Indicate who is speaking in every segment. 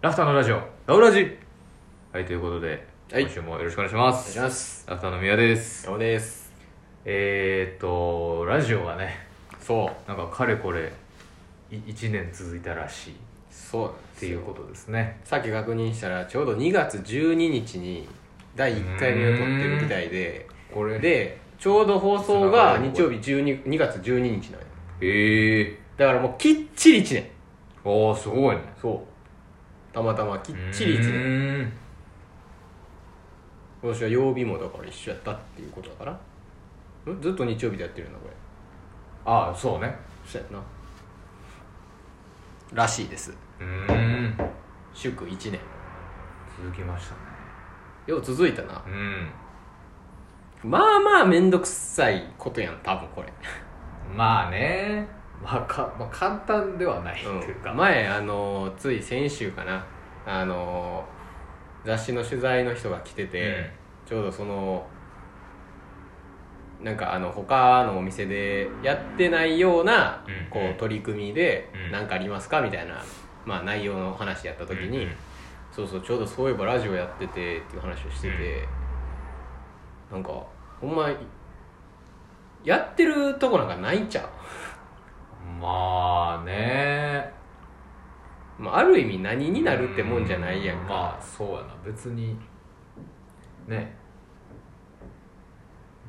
Speaker 1: ラフターのラジオラウラジはいということで、
Speaker 2: はい
Speaker 1: 今週もよろしくお願いしま
Speaker 2: お願い
Speaker 1: す
Speaker 2: します
Speaker 1: ラフターの宮です
Speaker 2: 山本です
Speaker 1: えー、っとラジオがね
Speaker 2: そう
Speaker 1: なんかかれこれ1年続いたらしいっ
Speaker 2: そうなんで
Speaker 1: て
Speaker 2: す
Speaker 1: い
Speaker 2: よ
Speaker 1: うことですね
Speaker 2: さっき確認したらちょうど2月12日に第1回目を撮ってるみたいで
Speaker 1: これで
Speaker 2: でちょうど放送が日曜日12 2月12日なのよ
Speaker 1: ええ
Speaker 2: だからもうきっちり1年
Speaker 1: ー、おーすごいね
Speaker 2: そうたまたまきっちり
Speaker 1: う
Speaker 2: 1年
Speaker 1: ーん
Speaker 2: 今年は曜日もだから一緒やったっていうことだからんずっと日曜日でやってるんだこれ
Speaker 1: ああそうね
Speaker 2: そうやならしいです
Speaker 1: うーん
Speaker 2: 祝1年
Speaker 1: 続きましたね
Speaker 2: よう続いたな
Speaker 1: うん
Speaker 2: まあまあめんどくさいことやん多分 これ
Speaker 1: まあね、まあかまあ、簡単ではないというか、
Speaker 2: うん前あのつい先週かなあの雑誌の取材の人が来てて、ちょうどそのなんかあの他のお店でやってないような
Speaker 1: うん
Speaker 2: こ
Speaker 1: うん
Speaker 2: う取り組みで
Speaker 1: うん
Speaker 2: 何かありますかみたいな、まあ、内容の話やった時に、
Speaker 1: うんうん
Speaker 2: そうそうちょうどそういえばラジオやっててっていう話をしてて、なんかほんまやってるとこなんかないんちゃう
Speaker 1: まあね
Speaker 2: まあ、ある意味何になるってもんじゃないやん
Speaker 1: う
Speaker 2: か、
Speaker 1: まあそうやな別にね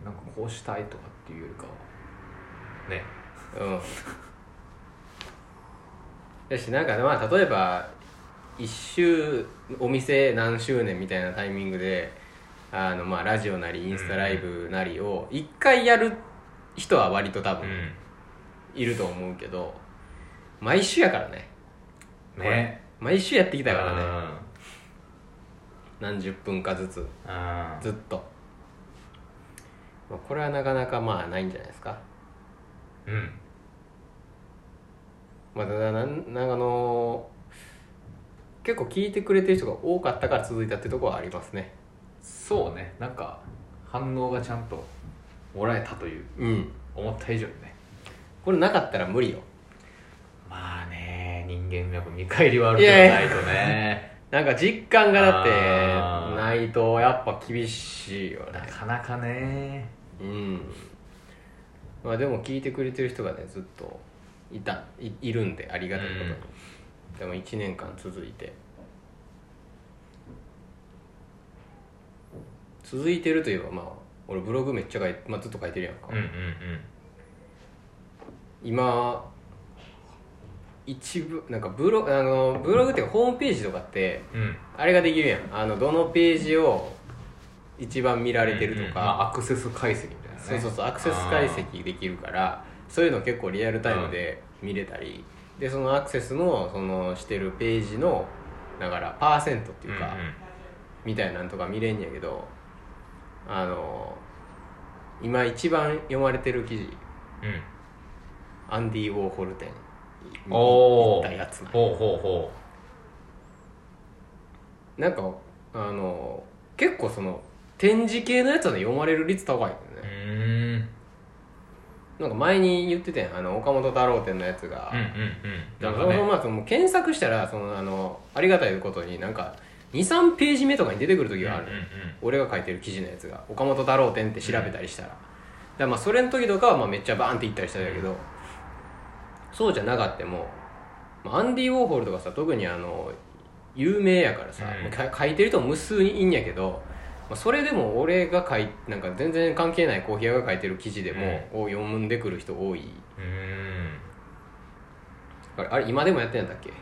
Speaker 1: なんかこうしたいとかっていうよりかはね
Speaker 2: うんだしなんかまあ例えば一周お店何周年みたいなタイミングであのまあラジオなりインスタライブなりを一回やる人は割と多分いると思うけど、毎週やからねこれ
Speaker 1: ね
Speaker 2: 毎週やってきた
Speaker 1: だ
Speaker 2: か
Speaker 1: から
Speaker 2: ね
Speaker 1: らね
Speaker 2: 何十分かずつ
Speaker 1: うん
Speaker 2: ずっと、まあ、これはなかなかまあないんじゃないですか
Speaker 1: うん
Speaker 2: まあ、ただなんなんかあのー結構聞いてくれてる人が多かったから続いたってところはありますね
Speaker 1: そうねなんか反応がちゃんともらえたという
Speaker 2: うん
Speaker 1: 思った以上にね
Speaker 2: これなかったら無理よ
Speaker 1: まあね人間やっぱ見返りはあるけどないと ね
Speaker 2: なんか実感がだって
Speaker 1: あー
Speaker 2: ないとやっぱ厳しいよ
Speaker 1: な
Speaker 2: ね
Speaker 1: かなかね
Speaker 2: うんまあでも聞いてくれてる人がねずっといたいいるんでありがたいことに、でも1年間続いて続いてるといえばまあ俺ブログめっちゃ書い、まあ、ずっと書いてるやんか、
Speaker 1: うんうんうん
Speaker 2: 今一部なんかブロあのブログっていうかホームページとかって
Speaker 1: うん
Speaker 2: あれができるやんあのどのページを一番見られてる
Speaker 1: うんう
Speaker 2: と
Speaker 1: んまあ
Speaker 2: か、
Speaker 1: アクセス解析みたいなね
Speaker 2: そうそうそうアクセス解析できるからそういうの結構リアルタイムで見れたり、でそのアクセスのそのしてるページのだからパーセントっていうか、
Speaker 1: んん
Speaker 2: みたいなんとか見れんやけどあの今一番読まれてる記事
Speaker 1: うん
Speaker 2: アンディ・ウォーホル展に
Speaker 1: お
Speaker 2: 行
Speaker 1: お
Speaker 2: ったやつなんよ
Speaker 1: ほうほうほ
Speaker 2: なんかあの結構その展示系のやつはね読まれる率高いん
Speaker 1: う
Speaker 2: だよ
Speaker 1: う
Speaker 2: ね、
Speaker 1: ーん
Speaker 2: なんか前に言ってたやんあの岡本太郎展のやつが、
Speaker 1: うんうんうんな
Speaker 2: だ
Speaker 1: んから
Speaker 2: かその
Speaker 1: ね
Speaker 2: まあその検索したらそのあのありがたいことになんか23ページ目とかに出てくる時がある、
Speaker 1: うんうんうん
Speaker 2: 俺が書いてる記事のやつが岡本太郎展って調べたりしたら、だからまあそれの時とかはまあめっちゃバーンっていったりしたんだけど、そうじゃなかってもまあアンディ・ウォーホルとかさ特にあの有名やからさ、
Speaker 1: うん
Speaker 2: もうか書いてる人も無数にいんやけど、まあ、それでも俺が書いなんか全然関係ないコーヒー屋が書いてる記事でも、を読んでくる人多いう
Speaker 1: ーん
Speaker 2: あれあれ今でもやってんやったっけ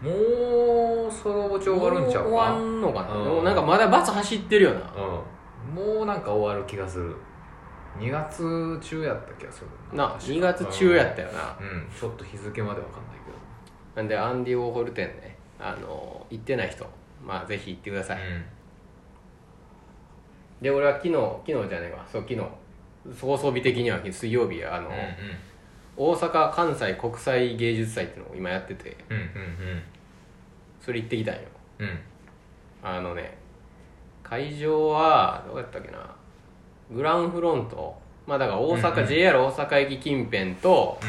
Speaker 1: もうそのうち終わるんちゃうか
Speaker 2: も終わんのかな、
Speaker 1: うん
Speaker 2: でもなんかまだバス走ってるよな、
Speaker 1: うんもうなんか終わる気がする2月中やった気がする
Speaker 2: な2月中やったよな、
Speaker 1: うんちょっと日付までわかんないけど
Speaker 2: なんでアンディ・ウォーホル店ねあの行ってない人まあぜひ行ってください、で俺は昨日昨日じゃねえわそう昨日放送日的には水曜日あの、
Speaker 1: うん
Speaker 2: 大阪・関西国際芸術祭っていうのを今やってて
Speaker 1: うんうんうん
Speaker 2: それ行ってきたんよ
Speaker 1: うんうん
Speaker 2: あのね会場はどうやったっけなグランフロントまあだから大阪、
Speaker 1: うんうん
Speaker 2: JR 大阪駅近辺と
Speaker 1: うん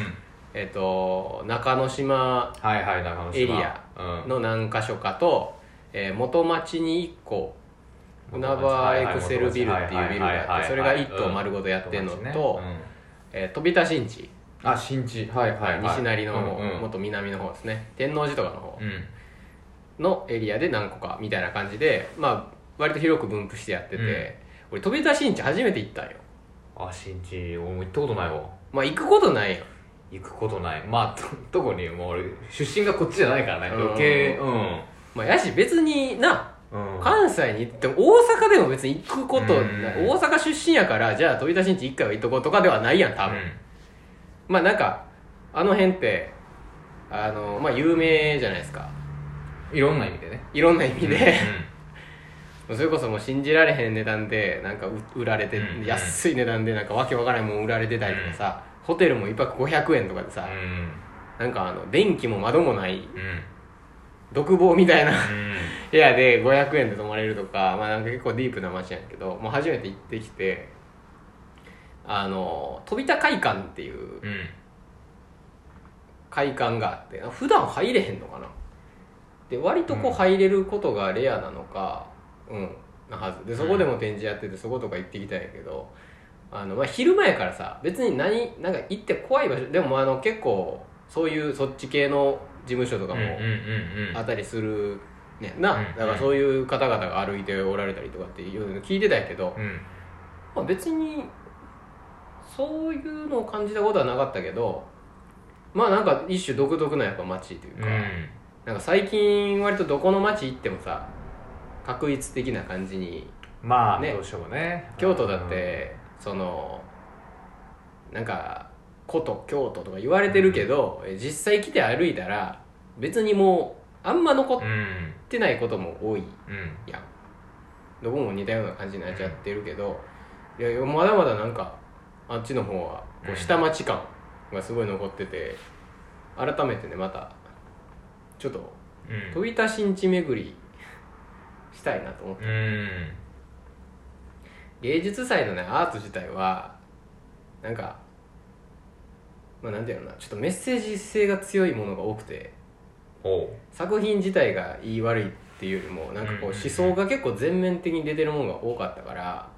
Speaker 2: えっと中之島
Speaker 1: はいはい中之島
Speaker 2: エリア
Speaker 1: ううん
Speaker 2: の何箇所かと、えー元町に1個海
Speaker 1: 元町
Speaker 2: 原エクセルビルっていうビル
Speaker 1: はい
Speaker 2: が
Speaker 1: は
Speaker 2: あ
Speaker 1: いはい
Speaker 2: っ
Speaker 1: は
Speaker 2: て
Speaker 1: い
Speaker 2: それが1棟丸ごとやってんの
Speaker 1: うん
Speaker 2: と、えー飛び田新
Speaker 1: う
Speaker 2: 地、
Speaker 1: んあ新地はいはい、はい、
Speaker 2: 西成の方、
Speaker 1: うんうん
Speaker 2: もっと南の方ですね天王寺とかの方
Speaker 1: うん
Speaker 2: のエリアで何個かみたいな感じで、まあ、割と広く分布してやってて、俺飛び田新地初めて行ったんよ
Speaker 1: あ新地俺も行ったことないわ
Speaker 2: まあ行くことないよ
Speaker 1: 行くことないまあ と特にもう俺出身がこっちじゃないからね
Speaker 2: うん
Speaker 1: 余計うん
Speaker 2: まあやし別にな
Speaker 1: うん
Speaker 2: 関西に行っても大阪でも別に行くことない、
Speaker 1: うん
Speaker 2: 大阪出身やからじゃあ飛び出しんち1回は行っとこうとかではないやん多分、まあなんかあの辺ってあのまあ有名じゃないですか
Speaker 1: うんいろんな意味でね
Speaker 2: いろんな意味で、それこそもう信じられへん値段でなんかう売られて、
Speaker 1: うん
Speaker 2: 安い値段でなんかわけわからないもん売られてたりとかさ、ホテルも1泊500円とかでさ
Speaker 1: う、ん
Speaker 2: なんかあの電気も窓もな
Speaker 1: う
Speaker 2: い
Speaker 1: んうん
Speaker 2: 独房みたい な
Speaker 1: うん
Speaker 2: 部屋で500円で泊まれるとか,、まあ、なんか結構ディープな街やんけどもう初めて行ってきてあの飛田会館っていう
Speaker 1: うん
Speaker 2: 会館があって普段入れへんのかなで割とこう入れることがレアなのかうん、なはずでそこでも展示やっててそことか行ってきたんやけどあの、まあ、昼前からさ別に何なんか行って怖い場所でもあの結構そういうそっち系の事務所とかも
Speaker 1: うんうんうん
Speaker 2: あったりするねんな、
Speaker 1: うん
Speaker 2: だからそういう方々が歩いておられたりとかっていうの聞いてたんやけど、
Speaker 1: うん
Speaker 2: まあ、別にそういうのを感じたことはなかったけどまあなんか一種独特なやっぱ街というか、なんか最近割とどこの街行ってもさ確一的な感じに
Speaker 1: まあ
Speaker 2: ね
Speaker 1: どうしてもね
Speaker 2: 京都だって、そのなんか古都京都とか言われてるけど、え実際来て歩いたら別にもうあんま残っ
Speaker 1: うんうん
Speaker 2: てないことも多い
Speaker 1: うん
Speaker 2: やんどこも似たような感じになっちゃってるけどいやまだまだなんかあっちの方はこ
Speaker 1: う
Speaker 2: うん下町感がすごい残ってて改めてねまたちょっと
Speaker 1: うん
Speaker 2: 飛び田新地巡りしたいなと思って
Speaker 1: うん
Speaker 2: 芸術祭のねアート自体はなんかまあなんていうのかなちょっとメッセージ性が強いものが多くて
Speaker 1: おう
Speaker 2: 作品自体が言い悪いっていうよりもなんかこ
Speaker 1: うんうん
Speaker 2: う思
Speaker 1: うん
Speaker 2: 想が結構全面的に出てるものが多かったから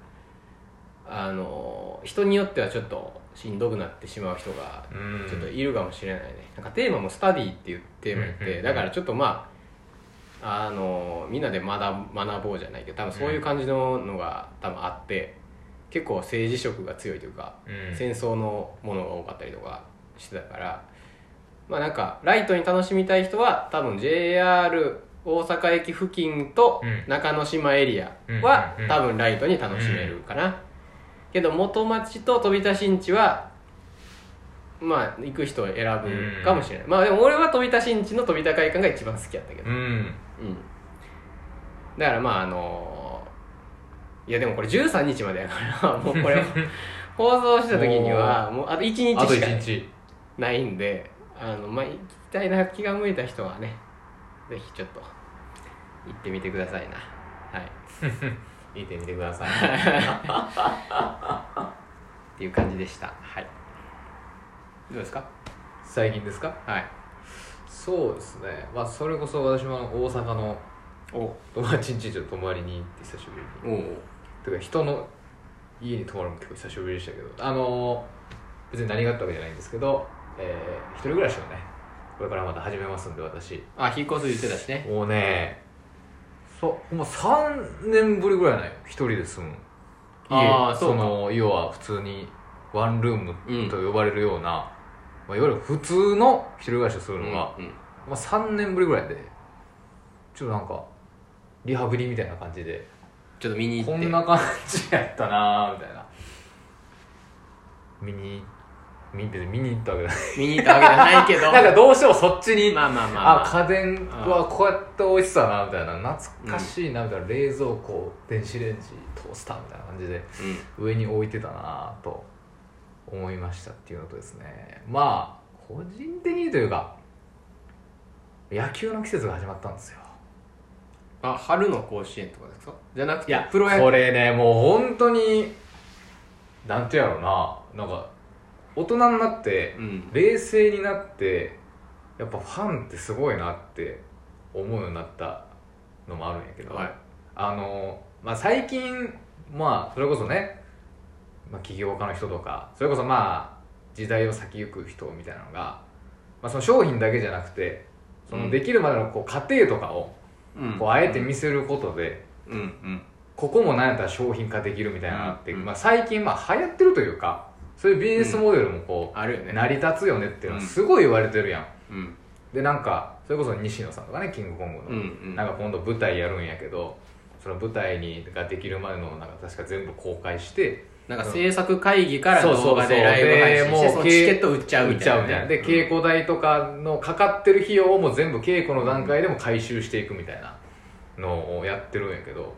Speaker 2: あの人によってはちょっとしんどくなってしまう人が
Speaker 1: うん
Speaker 2: ちょっといるかもしれないね、なんかテーマも「スタディ」っていうテーマやって、
Speaker 1: うんうんうん
Speaker 2: だからちょっとまああのみんなで学学ぼうじゃないけど多分そういう感じののが多分あって結構政治色が強いというか
Speaker 1: うん
Speaker 2: 戦争のものが多かったりとかしてたからまあなんかライトに楽しみたい人は多分 JR 大阪駅付近と
Speaker 1: うん
Speaker 2: 中之島エリアは
Speaker 1: うんうんうん
Speaker 2: 多分ライトに楽しめるかな、けど元町と飛田新地はまあ行く人を選ぶかもしれない、まあでも俺は飛田新地の飛田会館が一番好きやったけど
Speaker 1: うん
Speaker 2: うんだからまああのいやでもこれ13日までやから もうこれ 放送した時にはもうあと1
Speaker 1: あと
Speaker 2: 日し
Speaker 1: 一
Speaker 2: か
Speaker 1: 日
Speaker 2: ないんであのまあ行きたいな気が向いた人はねぜひちょっと行ってみてくださいなはいっ
Speaker 1: 見てみてください
Speaker 2: ていう感じでしたはいどうですか
Speaker 1: 最近ですか
Speaker 2: はい
Speaker 1: そうですねまあそれこそ私も大阪の
Speaker 2: おお
Speaker 1: 友達ん家ちょっと泊まりに行って久しぶりに
Speaker 2: お
Speaker 1: てか人の家に泊まるのも結構久しぶりでしたけどあのー別に何があったわけじゃないんですけど、えー一人暮らしをねこれからまた始めますんで私
Speaker 2: あ引っ越す言ってたしね
Speaker 1: もうねそうもう3年ぶりぐらいない一人で住む
Speaker 2: あーそうか
Speaker 1: の要は普通にワンルームと呼ばれるような、まあ、いわゆる普通の一人暮らしをするのが、
Speaker 2: うんうん
Speaker 1: まあ、3年ぶりぐらいでちょっとなんかリハビリみたいな感じで
Speaker 2: ちょっと見に行って
Speaker 1: こんな感じやったなーみたいな見に見別に見に行ったわけじゃ
Speaker 2: 見に行ったわけじゃないけど
Speaker 1: ないなんかどうしてもそっちに、
Speaker 2: まあまあまあ、
Speaker 1: あ
Speaker 2: まあ、
Speaker 1: 家電はこうやって置いてたなみたいな懐かしいなみたいな、冷蔵庫電子レンジトースターみたいな感じで
Speaker 2: うん
Speaker 1: 上に置いてたなぁと思いましたっていうのとですねまあ個人的にというか野球の季節が始まったんですよ
Speaker 2: あ春の甲子園とかですかじゃなくて
Speaker 1: いや
Speaker 2: プロ野球
Speaker 1: これねもう本当になんてやろうななんか大人になって
Speaker 2: うん
Speaker 1: 冷静になってやっぱファンってすごいなって思うようになったのもあるんやけど、
Speaker 2: はい
Speaker 1: あの、まあ、最近、まあ、それこそね、まあ、起業家の人とかそれこそまあ時代を先行く人みたいなのが、まあ、その商品だけじゃなくてそのできるまでのこう過程とかを
Speaker 2: うん
Speaker 1: こうあえて見せることで、
Speaker 2: うんうん
Speaker 1: ここもなんやったら商品化できるみたいなのがあって、
Speaker 2: うん
Speaker 1: まあ、最近まあ流行ってるというかそういうビジネスモデルもこ
Speaker 2: あるよ
Speaker 1: う、
Speaker 2: ね
Speaker 1: 成り立つよねっていうのはすごい言われてるやん、
Speaker 2: うん
Speaker 1: でなんかそれこそ西野さんとかねキングコングの、
Speaker 2: うんうん
Speaker 1: なんか今度舞台やるんやけどその舞台にができるまでのなんか確か全部公開して
Speaker 2: なんか制作会議から
Speaker 1: そうそうそう
Speaker 2: 動画でライブ配信して
Speaker 1: で
Speaker 2: そ
Speaker 1: も
Speaker 2: の
Speaker 1: う
Speaker 2: チケット売っちゃう
Speaker 1: 売
Speaker 2: み
Speaker 1: ったちゃう
Speaker 2: い
Speaker 1: み
Speaker 2: な
Speaker 1: たい
Speaker 2: ね
Speaker 1: なで稽古代とかのかかってる費用をもう全部稽古の段階でも回収していくみたいなのをやってるんやけど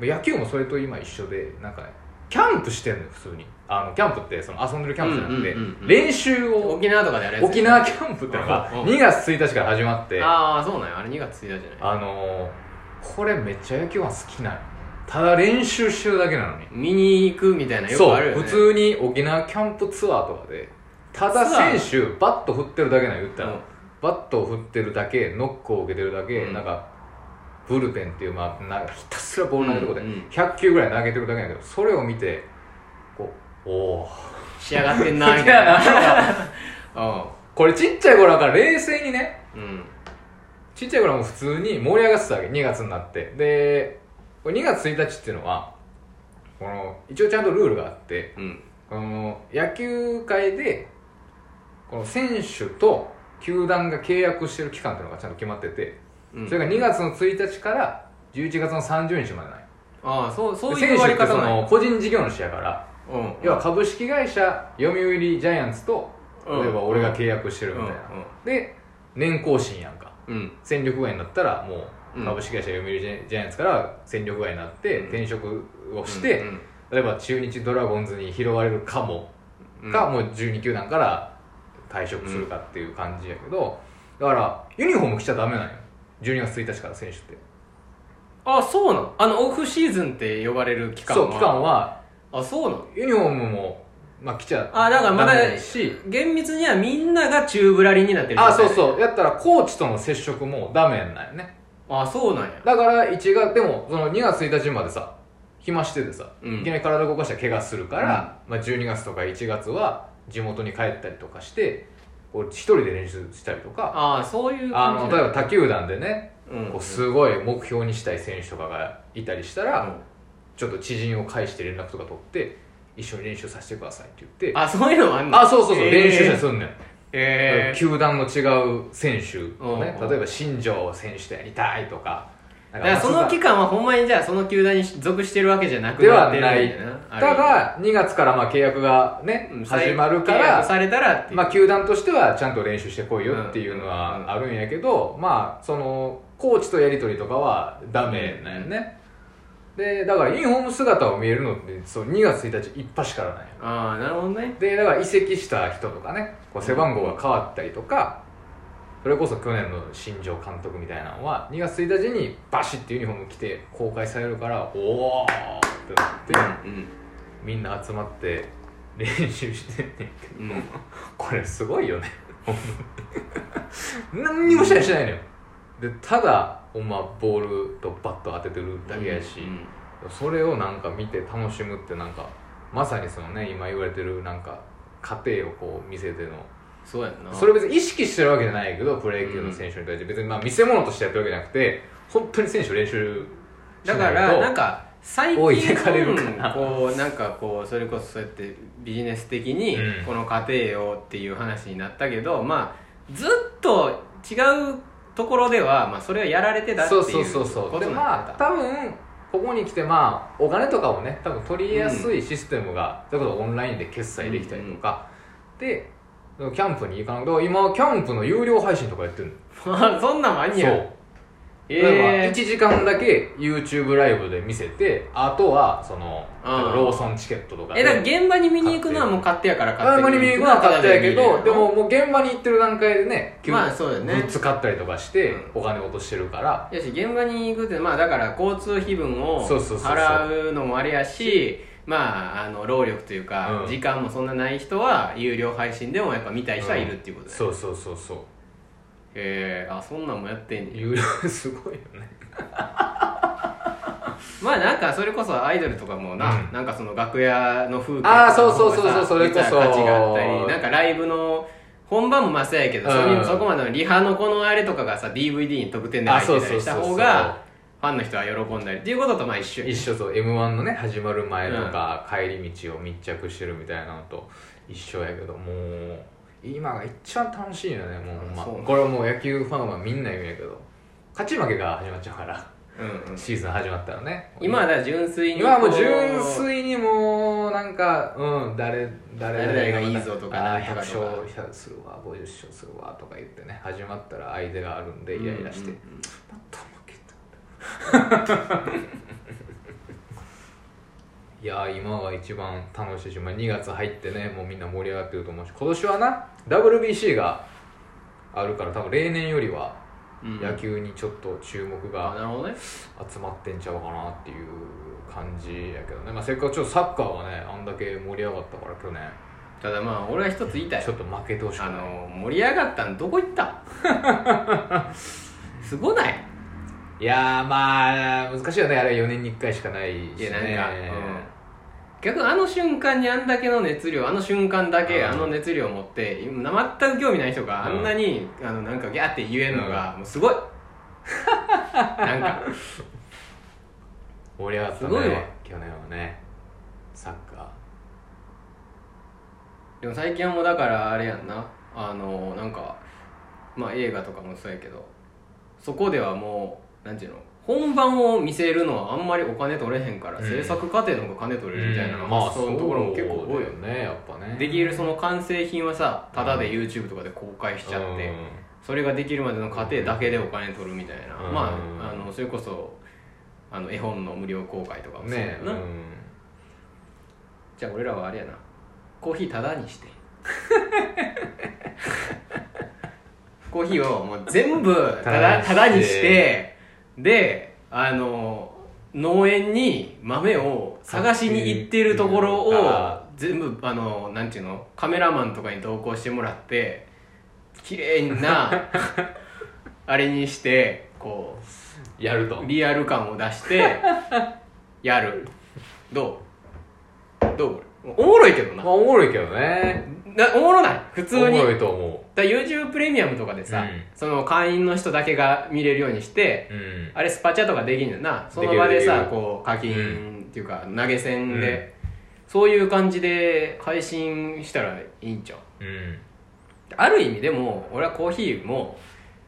Speaker 1: 野球もそれと今一緒でなんかねキャンプしてんのよ普通にあのキャンプってその遊んでるキャンプじゃなくて
Speaker 2: うんうんうんうん
Speaker 1: 練習を
Speaker 2: 沖縄とかでやるやつ
Speaker 1: 沖縄キャンプってのが
Speaker 2: うんうん
Speaker 1: 2月1日から始まって
Speaker 2: ああそうなんやあれ2月1日じゃない
Speaker 1: あのー、これめっちゃ野球は好きなのただ練習してるだけなのに、
Speaker 2: 見に行くみたいなよ
Speaker 1: そ
Speaker 2: く
Speaker 1: う
Speaker 2: あるよね
Speaker 1: 普通に沖縄キャンプツアーとかでただ選手バット振ってるだけなの言ったら、
Speaker 2: うん
Speaker 1: バットを振ってるだけノックを受けてるだけ、
Speaker 2: うん
Speaker 1: なんかブルペンっていう、まあ、なひたすらボール投げるとこで、
Speaker 2: うんうん
Speaker 1: 100球ぐらい投げてるだけなんやけどそれを見てこうおお
Speaker 2: 仕上がってんなみた いな
Speaker 1: これちっちゃい頃だから冷静にね
Speaker 2: うんうん
Speaker 1: ちっちゃい頃はもう普通に盛り上がってたわけ2月になってでこれ2月1日っていうのはこの一応ちゃんとルールがあって
Speaker 2: うん
Speaker 1: この野球界でこの選手と球団が契約してる期間っていうのがちゃんと決まってて
Speaker 2: うん
Speaker 1: それが2月の1日から11月の30日までない
Speaker 2: ああそうそうい
Speaker 1: 選
Speaker 2: う
Speaker 1: 手
Speaker 2: 割
Speaker 1: っ
Speaker 2: り
Speaker 1: て
Speaker 2: 方
Speaker 1: そ
Speaker 2: なん
Speaker 1: の
Speaker 2: や
Speaker 1: 個人事業主やから
Speaker 2: うん
Speaker 1: 要は株式会社読売ジャイアンツと
Speaker 2: うん
Speaker 1: 例えば俺が契約してるみたいな
Speaker 2: うんうん
Speaker 1: で年更新やんか
Speaker 2: うん
Speaker 1: 戦力外になったらも
Speaker 2: う
Speaker 1: うん株式会社読売ジャイアンツから戦力外になって
Speaker 2: うん
Speaker 1: 転職をして、
Speaker 2: うん
Speaker 1: 例えば中日ドラゴンズに拾われるかも
Speaker 2: うん
Speaker 1: か、もう12球団から退職するかっていう感じやけど、だからユニフォーム着ちゃダメなんよ12月1日から選手って
Speaker 2: あそうなのあのオフシーズンって呼ばれる期間
Speaker 1: そ
Speaker 2: は
Speaker 1: う期間は
Speaker 2: あそうなの
Speaker 1: ユニフォームも、まあ、着ちゃ
Speaker 2: あだからまだ
Speaker 1: ダメやし
Speaker 2: 厳密にはみんなが宙ぶらりんになってる
Speaker 1: あそう
Speaker 2: う
Speaker 1: そうやったらコーチとの接触もダメなんよね
Speaker 2: あそうなんや
Speaker 1: だから1月でもその2月1日までさ暇しててさ、
Speaker 2: うん
Speaker 1: いきなり体動かしたら怪我するから、まあ、12月とか1月は地元に帰ったりとかしてこう一人で練習したりとか
Speaker 2: ああそういう
Speaker 1: あの
Speaker 2: 感じ
Speaker 1: 例え
Speaker 2: なん
Speaker 1: ば
Speaker 2: や
Speaker 1: 他球団でね
Speaker 2: うん
Speaker 1: こうすごい目標にしたい選手とかがいたりしたら、
Speaker 2: うん
Speaker 1: ちょっと知人を介して連絡とか取って一緒に練習させてくださいって言って
Speaker 2: あそういうのもあんの
Speaker 1: あそうそうそう、
Speaker 2: えー
Speaker 1: 練習したりすんねん
Speaker 2: へえ
Speaker 1: 球団の違う選手をね、
Speaker 2: うん
Speaker 1: 例えば新庄選手とやりたいとかな
Speaker 2: だ
Speaker 1: ん
Speaker 2: からその期間はほんまにじゃあその球団に属してるわけじゃなく
Speaker 1: では
Speaker 2: なって
Speaker 1: な
Speaker 2: る
Speaker 1: い
Speaker 2: んだよな
Speaker 1: ただ
Speaker 2: あ
Speaker 1: 2月からまあ契約がね、
Speaker 2: る意味うん
Speaker 1: 始まるか
Speaker 2: 契約
Speaker 1: ら、
Speaker 2: されたらっていう
Speaker 1: まあ、球団としてはちゃんと練習してこいよっていうの
Speaker 2: うんうん
Speaker 1: はあるんやけど、まあそのコーチとやり取りとかはダメなんよね、でだからユニフォーム姿を見えるのってそう2月1日一発からなんや
Speaker 2: ああなるほどね
Speaker 1: でだから移籍した人とかねこう背番号が変わったりとか、それこそ去年の新庄監督みたいなのは2月1日にバシッてユニフォーム着て公開されるからおおってなって、
Speaker 2: う
Speaker 1: みんな集まって練習してんねんけど
Speaker 2: んうんうん
Speaker 1: これすごいよね 何にもしたりしないのよでただほんまボールとバット当ててるだけやし、
Speaker 2: うん
Speaker 1: それをなんか見て楽しむってなんかまさにそのね今言われてるなんか過程をこう見せての
Speaker 2: そうやんな
Speaker 1: それ別に意識してるわけじゃないけどプロ野球の選手に対して別にまあ見せ物としてやってるわけじゃなくて本当に選手練習し
Speaker 2: だ
Speaker 1: ないと
Speaker 2: からなんか最
Speaker 1: 置いて
Speaker 2: 近
Speaker 1: かれるかな
Speaker 2: こうなんかこうそれこそそうやってビジネス的に
Speaker 1: うん
Speaker 2: この過程をっていう話になったけど、まあずっと違うところでは、まあ、それはやられてたって
Speaker 1: そ
Speaker 2: い
Speaker 1: ううそうそうそ
Speaker 2: こ
Speaker 1: うで
Speaker 2: となん
Speaker 1: まあ
Speaker 2: だ
Speaker 1: 多分ここに来てまあお金とかもね多分取りやすいシステムが、それこそオンラインで決済できたりとか、でキャンプに行かなくて今キャンプの有料配信とかやってるの
Speaker 2: まあそんなんもあん
Speaker 1: そ
Speaker 2: や
Speaker 1: う例えば1
Speaker 2: ええ
Speaker 1: 時間だけ YouTube ライブで見せてあとはその
Speaker 2: うん
Speaker 1: 例えばローソンチケットとかで
Speaker 2: えだから現場に見に行くのはもう勝手やから
Speaker 1: あんまり見に行くのは買ったやけどでももう現場に行ってる段階でね急に
Speaker 2: まあそうだよね
Speaker 1: グッズ買ったりとかして
Speaker 2: うん
Speaker 1: お金落としてるから
Speaker 2: やし現場に行くってまあだから交通費分を
Speaker 1: そうそうそうそう
Speaker 2: 払うのもあれやしまああの労力というか、
Speaker 1: うん
Speaker 2: 時間もそんなない人は有料配信でもやっぱ見たい人はいるっていうことだよね
Speaker 1: そうそうそうそう
Speaker 2: えー、あそんなんもやってんねん
Speaker 1: 有料すごいよね
Speaker 2: まあなんかそれこそアイドルとかもな、
Speaker 1: うん
Speaker 2: なんかその楽屋の風景と
Speaker 1: あ
Speaker 2: か
Speaker 1: ーそうそうそうそう
Speaker 2: さ
Speaker 1: それこそ
Speaker 2: 実は価値があったりなんかライブの本番もまあそうやけど、それ
Speaker 1: うん
Speaker 2: そこまでのリハのこのあれとかがさ DVD に特典で
Speaker 1: あ
Speaker 2: 入
Speaker 1: そう
Speaker 2: ってた
Speaker 1: そう
Speaker 2: りした
Speaker 1: そう
Speaker 2: 方がファンの人は喜んだりっていうこととまあ一緒
Speaker 1: 一緒そう m 1のね始まる前とか、帰り道を密着してるみたいなのと一緒やけどもう今が一番楽しいよねもうほん
Speaker 2: あそうな
Speaker 1: ま
Speaker 2: ん
Speaker 1: これはもう野球ファンはみんな言うんやけど勝ち負けが始まっちゃうから
Speaker 2: うんうん、
Speaker 1: シーズン始まったらね
Speaker 2: 今はだから純粋に
Speaker 1: 今はもう
Speaker 2: こ
Speaker 1: 純粋にもうなんかうん誰誰
Speaker 2: 誰々がいいぞとか
Speaker 1: あ
Speaker 2: な
Speaker 1: あ
Speaker 2: んと
Speaker 1: 100
Speaker 2: かとか
Speaker 1: 勝100するわ50勝するわとか言ってね始まったら相手があるんでイライラして、
Speaker 2: うん
Speaker 1: また負けた いやー今が一番楽しいし、まあ、2月入ってねもうみんな盛り上がってると思うし今年はな WBC があるから多分例年よりは
Speaker 2: うんうん
Speaker 1: 野球にちょっと注目が、
Speaker 2: あなるほどね
Speaker 1: 集まってんちゃうかなっていう感じやけどね、まあ、せっかくちょっとサッカーがねあんだけ盛り上がったから去年
Speaker 2: ただまあ俺は一つ言いたい
Speaker 1: ちょっと負けてほしくな
Speaker 2: あ
Speaker 1: い
Speaker 2: の盛り上がったんどこ行った すごない
Speaker 1: いやーまあ難しいよねあれ4年に1回しかないし、
Speaker 2: い
Speaker 1: ね、
Speaker 2: やなんか、うん、逆にあの瞬間にあんだけの熱量あの瞬間だけ
Speaker 1: うん
Speaker 2: あの熱量を持って今全く興味ない人があんなに、あのなんかギャーって言えるのが、もうすごい なんか
Speaker 1: 盛り上がった
Speaker 2: すごいわ
Speaker 1: ね去年はねサッカ
Speaker 2: でも最近はもうだからあれやんなあのなんかまあ映画とかもそうやけどそこではもうなんていうの本番を見せるのはあんまりお金取れへんから、
Speaker 1: うん
Speaker 2: 制作過程の方が金取れ
Speaker 1: ー
Speaker 2: るみたいな
Speaker 1: うんまあ
Speaker 2: 発
Speaker 1: そ
Speaker 2: 想
Speaker 1: う
Speaker 2: のところも結構多いよ
Speaker 1: よねやっぱね
Speaker 2: で
Speaker 1: き
Speaker 2: きるその完成品はさタダで YouTube とかで公開しちゃって、それができるまでの過程だけでお金取るみたいな、
Speaker 1: うん
Speaker 2: まああのそれこそあの絵本の無料公開とかもそうや
Speaker 1: ね
Speaker 2: ん
Speaker 1: う
Speaker 2: な、
Speaker 1: ん
Speaker 2: じゃあ俺らはあれやなコーヒータダ にしてコーヒーをもう全部タダタ
Speaker 1: タ
Speaker 2: ダ
Speaker 1: ダ
Speaker 2: に
Speaker 1: に
Speaker 2: し
Speaker 1: して
Speaker 2: てであの農園に豆を探しに行ってるところ
Speaker 1: うん
Speaker 2: を
Speaker 1: あ
Speaker 2: 全部あのなんていうのカメラマンとかに同行してもらって綺麗 なあれにしてこ
Speaker 1: やると
Speaker 2: うリアル感を出して やるどうどうこれおもろいけどな
Speaker 1: まあおもろいけどね
Speaker 2: なおもろない普通
Speaker 1: おも
Speaker 2: にだ
Speaker 1: ろ
Speaker 2: か
Speaker 1: いと思
Speaker 2: ら YouTube プレミアムとかでさ、
Speaker 1: うん
Speaker 2: その会員の人だけが見れるようにして
Speaker 1: ううん
Speaker 2: あれスパチャとかできんねんなその
Speaker 1: できる
Speaker 2: 場で
Speaker 1: で
Speaker 2: さ
Speaker 1: きる
Speaker 2: こう課金
Speaker 1: う
Speaker 2: っていうか投げ銭で、そういう感じで配信したらいいんちゃ
Speaker 1: う
Speaker 2: う
Speaker 1: ん
Speaker 2: ある意味でも俺はコーヒーも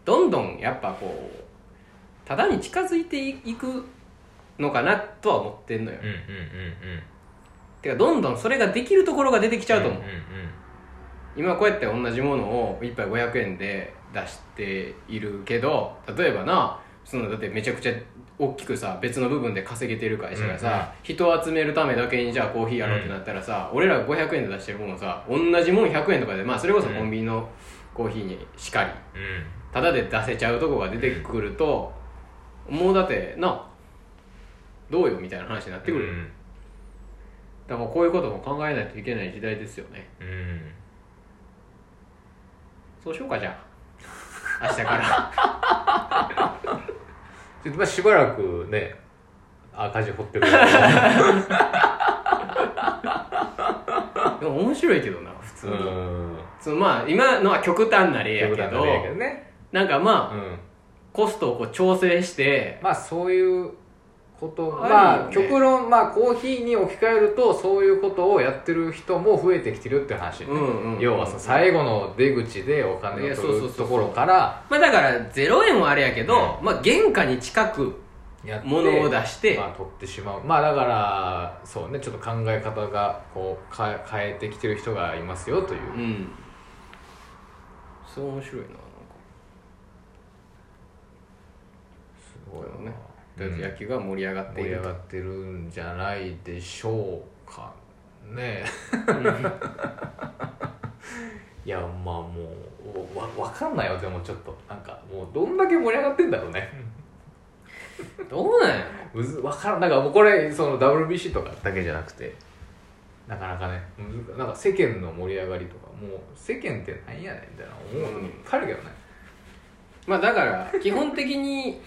Speaker 2: どんどんやっぱこうただに近づいていくのかなとは思ってんのよ、
Speaker 1: うんうんうんうん
Speaker 2: てかどんどんそれができるところが出てきちゃうと思う、
Speaker 1: んん
Speaker 2: 今こうやって同じものを1杯500円で出しているけど例えばなそのだってめちゃくちゃ大きくさ別の部分で稼げてる会社がさ、人を集めるためだけにじゃあコーヒーやろうってなったらさ、俺ら500円で出してるものさ同じもん100円とかでまあそれこそコンビニのコーヒーにしかり
Speaker 1: うんうん
Speaker 2: ただで出せちゃうとこが出てくると、もうだってなどうよみたいな話になってくる、だからこういうことも考えないといけない時代ですよね
Speaker 1: うん、うん
Speaker 2: そうしようかじゃあ明 日から
Speaker 1: ちょっとまあしばらくね赤字掘ってくれ る
Speaker 2: でも面白いけどな普通
Speaker 1: う
Speaker 2: に、
Speaker 1: ん
Speaker 2: そのまあ今のは極端な例
Speaker 1: え
Speaker 2: やけど
Speaker 1: ね、
Speaker 2: なんか
Speaker 1: う
Speaker 2: まあ、
Speaker 1: ん、
Speaker 2: コストをこう調整して
Speaker 1: まあそういうこと
Speaker 2: あるよね
Speaker 1: まあ極論まあコーヒーに置き換えるとそういうことをやってる人も増えてきてるって話、
Speaker 2: うんうん
Speaker 1: 要はさ最後の出口でお金
Speaker 2: いや
Speaker 1: を
Speaker 2: そうそ
Speaker 1: 取
Speaker 2: うそう
Speaker 1: る
Speaker 2: そう
Speaker 1: ところから
Speaker 2: まあだから0円はあれやけど、まあ原価に近く
Speaker 1: やって
Speaker 2: ものを出して、
Speaker 1: まあ、取ってしまうまあだからそうねちょっと考え方がこうか変えてきてる人がいますよという
Speaker 2: うんそう面白いななんか
Speaker 1: すごいよ
Speaker 2: ね
Speaker 1: ね
Speaker 2: とりあえず野球が盛り上がっ
Speaker 1: 盛
Speaker 2: てい
Speaker 1: り
Speaker 2: る
Speaker 1: 上がってるんじゃないでしょうかね いやまあもうわわかんないよでもちょっとなんかもうどんだけ盛り上がってんだろうね
Speaker 2: どうなんや
Speaker 1: うずわからんなんかもうこれその WBC とかだけじゃなくてなかなかねむずなんか世間の盛り上がりとかもう世間ってなんやねんみたいな思うこといっぱいあるけどね、
Speaker 2: まあだから基本的に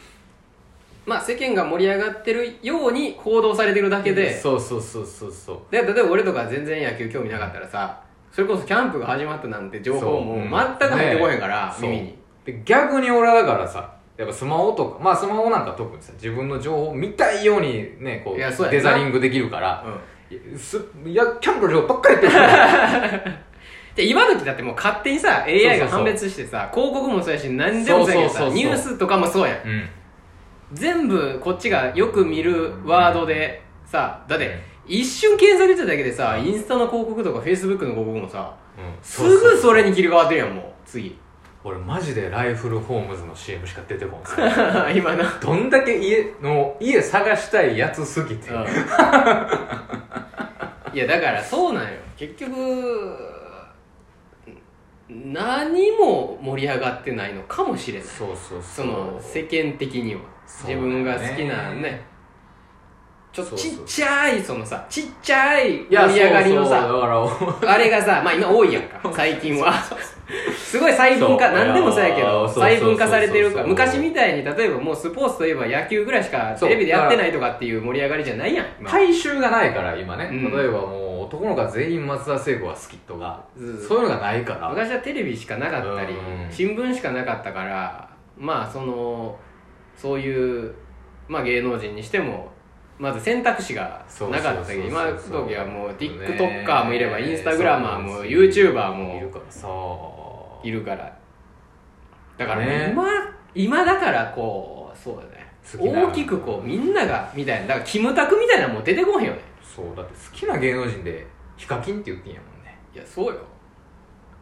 Speaker 2: まあ世間が盛り上がってるように行動されてるだけで
Speaker 1: そうそうそうそうそう
Speaker 2: で例えば俺とか全然野球興味なかったらさそれこそキャンプが始まったなんて情報も
Speaker 1: そううん
Speaker 2: 全く入ってこへんから、
Speaker 1: そう
Speaker 2: 耳に
Speaker 1: で逆に俺はだからさやっぱスマホとかまあスマホなんか特にさ自分の情報見たいようにねこ
Speaker 2: いやそう
Speaker 1: う
Speaker 2: や
Speaker 1: デ
Speaker 2: な
Speaker 1: ザリングできるから
Speaker 2: うん
Speaker 1: すいやキャンプの情報ばっかり言ってるから
Speaker 2: で今時だってもう勝手にさ AI が判別してさ広告もそうやし何でもそうやけど
Speaker 1: そうそうそう
Speaker 2: さ
Speaker 1: そう
Speaker 2: ニュースとかもそうやん
Speaker 1: うん
Speaker 2: 全部こっちがよく見るワードでさだって一瞬検索しただけでさインスタの広告とかフェイスブックの広告もさすぐそれに切り替わってるやんもう 次
Speaker 1: 俺マジでライフルホームズの CM しか出てこんす
Speaker 2: 今な
Speaker 1: どんだけ家の家探したいやつすぎて、
Speaker 2: いやだからそうなんよ結局何も盛り上がってないのかもしれない
Speaker 1: そうそうそ
Speaker 2: そ
Speaker 1: う
Speaker 2: の世間的には
Speaker 1: そう
Speaker 2: 自分が好きな
Speaker 1: ね
Speaker 2: ねちょっ
Speaker 1: そ
Speaker 2: と
Speaker 1: うそう
Speaker 2: ちっちゃいそのさちっちゃい
Speaker 1: いや
Speaker 2: 盛り上がりの
Speaker 1: そう
Speaker 2: さ
Speaker 1: そうだからお
Speaker 2: あれがさまあ今多いやん か最近はすごい細分化
Speaker 1: そう
Speaker 2: 何でもそうやけ
Speaker 1: いやー
Speaker 2: ど
Speaker 1: そうそうそうそう
Speaker 2: 細分化されて
Speaker 1: そ
Speaker 2: るから
Speaker 1: うそうそう
Speaker 2: 昔みたいに例えばもうスポーツといえば野球ぐらいしかテレビでやってないとかっていう盛り上がりじゃないやん今
Speaker 1: 大衆がないから今ね、
Speaker 2: うん
Speaker 1: 例えばもう男の子は全員松田聖子が好きとか、
Speaker 2: うん
Speaker 1: そういうのがないから
Speaker 2: 昔はテレビしかなかったり
Speaker 1: うん
Speaker 2: 新聞しかなかったからまあそのそういう、まあ、芸能人にしてもまず選択肢がな
Speaker 1: そ
Speaker 2: かったけど
Speaker 1: うそうそう
Speaker 2: 今
Speaker 1: そう
Speaker 2: 時はもう
Speaker 1: ね
Speaker 2: TikToker もいればインスタグラマー
Speaker 1: そ
Speaker 2: も
Speaker 1: うなんですよ
Speaker 2: YouTuber
Speaker 1: いる
Speaker 2: も
Speaker 1: からさ
Speaker 2: いるからだからもう
Speaker 1: ね
Speaker 2: 今今だからこうそうだね
Speaker 1: 好きな
Speaker 2: 大きくこうみんながみたいなだからキムタクみたいなのもう出てこへんよね
Speaker 1: そうだって好きな芸能人でヒカキンって言ってんやもんね
Speaker 2: いやそうよ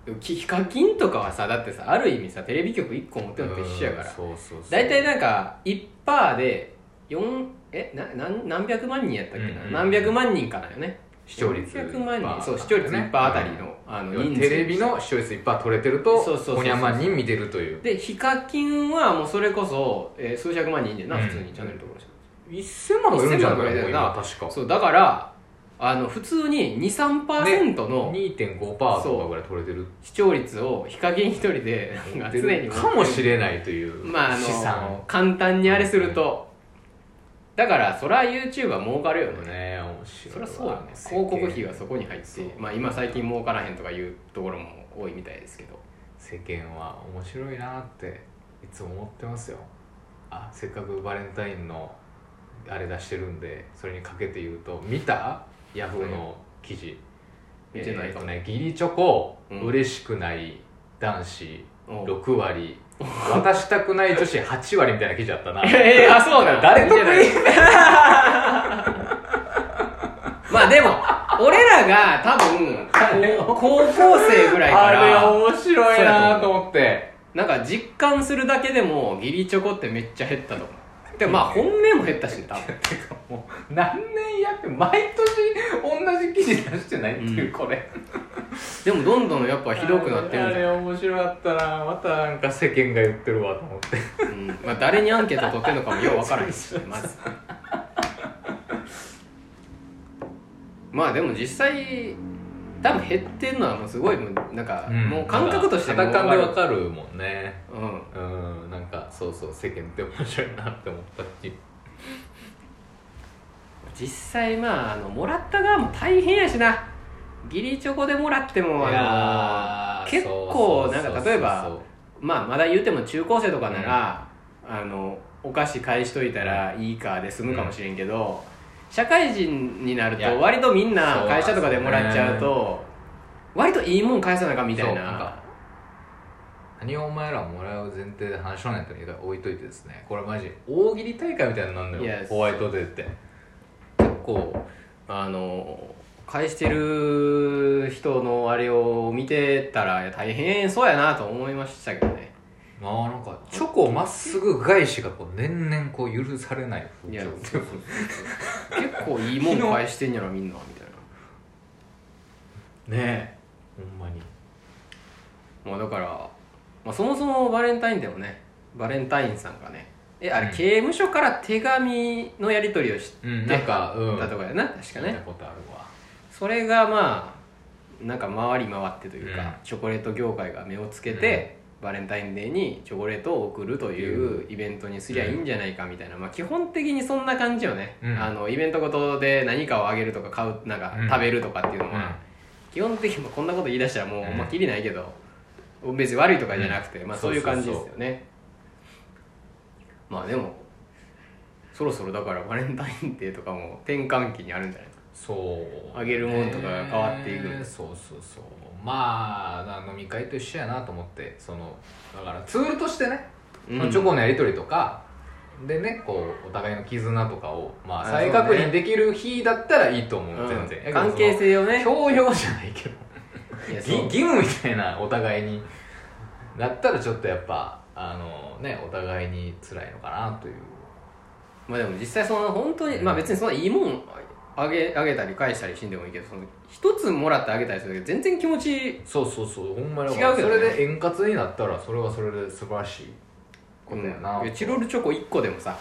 Speaker 2: でもきヒカキンとかはさだってさある意味さテレビ局1個持ってるのと一緒やから
Speaker 1: うんそうそうそう
Speaker 2: 大体なんか1%で4えななん何百万人やったっけな、
Speaker 1: うんうん
Speaker 2: 何百万人かなよね
Speaker 1: 視聴率
Speaker 2: 400万人そう
Speaker 1: 1%
Speaker 2: 視聴率1%あたりの,、あの人数
Speaker 1: テレビの視聴率1%取れてる
Speaker 2: そうそうそうそ
Speaker 1: と
Speaker 2: う
Speaker 1: ほにゃまに見てるという
Speaker 2: でヒカキンはもうそれこそ、えー数百万人いんねんな
Speaker 1: うん
Speaker 2: 普通にチャンネル登録して
Speaker 1: 1000万とかいるんじゃないかな
Speaker 2: 1000万とかいるよな
Speaker 1: もう今確か
Speaker 2: る、そうだからあの普通に23%の
Speaker 1: 2.5%とかぐらい取れてる
Speaker 2: 視聴率をヒカキン一人で なんか常に持ってる
Speaker 1: かもしれないという
Speaker 2: まああ
Speaker 1: 資産
Speaker 2: の
Speaker 1: を
Speaker 2: 簡単にあれすると、だからそら YouTube は儲かるよね
Speaker 1: ね面白い
Speaker 2: そり
Speaker 1: わ
Speaker 2: ゃそうよね
Speaker 1: 世間
Speaker 2: 広告費がそこに入っ
Speaker 1: そう
Speaker 2: て、まあ、今最近儲からへんとかいうところも多いみたいですけど
Speaker 1: 世間は面白いなっていつも思ってますよあせっかくバレンタインのあれ出してるんでそれにかけて言うと見たヤフーの記事
Speaker 2: 見てな
Speaker 1: え
Speaker 2: い
Speaker 1: ー
Speaker 2: か
Speaker 1: と
Speaker 2: も、
Speaker 1: ね義理チョコ、
Speaker 2: うん
Speaker 1: 嬉しくない男子
Speaker 2: おう
Speaker 1: 6割 渡したくない女子8割みたいな記事あったな
Speaker 2: ええあそうだ
Speaker 1: 誰得意
Speaker 2: まあでも俺らが多分
Speaker 1: 誰
Speaker 2: 高校生ぐらいか
Speaker 1: あれ
Speaker 2: ら
Speaker 1: 面白いなと思って
Speaker 2: なんか実感するだけでも義理チョコってめっちゃ減ったと思 うでもまあ本命も減ったしね多 分
Speaker 1: てかもう何年やって毎年同じ記事出してないっていう、
Speaker 2: うん
Speaker 1: これ
Speaker 2: でもどんどんやっぱひどくなってるん
Speaker 1: あ
Speaker 2: じゃ
Speaker 1: れ
Speaker 2: ない、
Speaker 1: 面白かったなまたなんか世間が言ってるわと思って
Speaker 2: うんまあ、誰にアンケート取ってんのかもようわから へんしねまずまあでも実際多分減ってんのはもうすごいもうなんか、もう感覚としても
Speaker 1: も
Speaker 2: う
Speaker 1: う
Speaker 2: 分
Speaker 1: 感
Speaker 2: か
Speaker 1: で
Speaker 2: る
Speaker 1: わかるもんね
Speaker 2: うん
Speaker 1: うんなんかそうそう世間って面白いなって思ったし
Speaker 2: 実際まああのもらった側も大変やしな義理チョコでもらってもあの結構なんか例えばまあまだ言うても中高生とかなら、あのお菓子返しといたらいいかで済むかもしれんけど、社会人になる
Speaker 1: いや
Speaker 2: と割とみん
Speaker 1: そ
Speaker 2: な
Speaker 1: うなん
Speaker 2: 会
Speaker 1: です
Speaker 2: 社
Speaker 1: よ
Speaker 2: と
Speaker 1: ね
Speaker 2: かでもらっちゃうと割といいもん返さなあかんみたい
Speaker 1: そうなん
Speaker 2: な
Speaker 1: か何をお前らもらう前提で話しとんやったら置いといてですねこれマジ大喜利大会みたいになんの
Speaker 2: い
Speaker 1: よ
Speaker 2: や
Speaker 1: ホワイトデーって
Speaker 2: 結構あの返してる人のあれを見てたら大変そうやなと思いましたけどね
Speaker 1: まあなんかチョコをまっすぐ返しがこう年々こう許されない風
Speaker 2: いや
Speaker 1: 潮
Speaker 2: そう
Speaker 1: って
Speaker 2: そうそう 結構いいもん返してんやろみんなみたい
Speaker 1: ねえほんまに
Speaker 2: なまあだから、まあ、そもそもバレンタインでもねバレンタインさんがねえあれ
Speaker 1: うん
Speaker 2: 刑務所から手紙のやり取りをし
Speaker 1: うん
Speaker 2: で
Speaker 1: なんかうん
Speaker 2: たとかやな確か
Speaker 1: 聞いた
Speaker 2: ね
Speaker 1: ことあるわ
Speaker 2: それがまあなんか回り回ってというか、
Speaker 1: うん
Speaker 2: チョコレート業界が目をつけて、バレンタインデーにチョコレートを送るというイベントにすりゃいいんじゃないかみたいな、まあ、基本的にそんな感じよね、
Speaker 1: うん
Speaker 2: あのイベントごとで何かをあげるとか買うなんか
Speaker 1: うん
Speaker 2: 食べるとかっていうのは、基本的にもうこんなこと言い出したらもう、まあ、きりないけど別に悪いとかじゃなくて、
Speaker 1: うん
Speaker 2: まあ、そういう感じですよねまあでもそろそろだからバレンタインデーとかも転換期にあるんじゃない
Speaker 1: そう
Speaker 2: あげるもんとかが変わっていく
Speaker 1: ねそうそうそうまあな飲み会と一緒やなと思ってそのだからツールとしてね、
Speaker 2: うん
Speaker 1: そのチョコのやり取りとかでねこうお互いの絆とかを、まあ、
Speaker 2: あ
Speaker 1: 再確認できる日だったらいいと思う
Speaker 2: うん
Speaker 1: 全然
Speaker 2: 関係性をね
Speaker 1: 強要じゃないけど
Speaker 2: いや
Speaker 1: ぎ
Speaker 2: そう
Speaker 1: 義務みたいなお互いにだったらちょっとやっぱあのねお互いに辛いのかなという
Speaker 2: まあでも実際その本当に、まあ別にそのいいもんあげあげたり返したりしんでもいいけどその一つもらってあげたりするだけで全然気持ち
Speaker 1: そうそうそうほんまに
Speaker 2: 違うけどね
Speaker 1: それで円滑になったらそれはそれで素晴らしいことやな、
Speaker 2: うんい
Speaker 1: い
Speaker 2: やチロルチョコ1個でもさ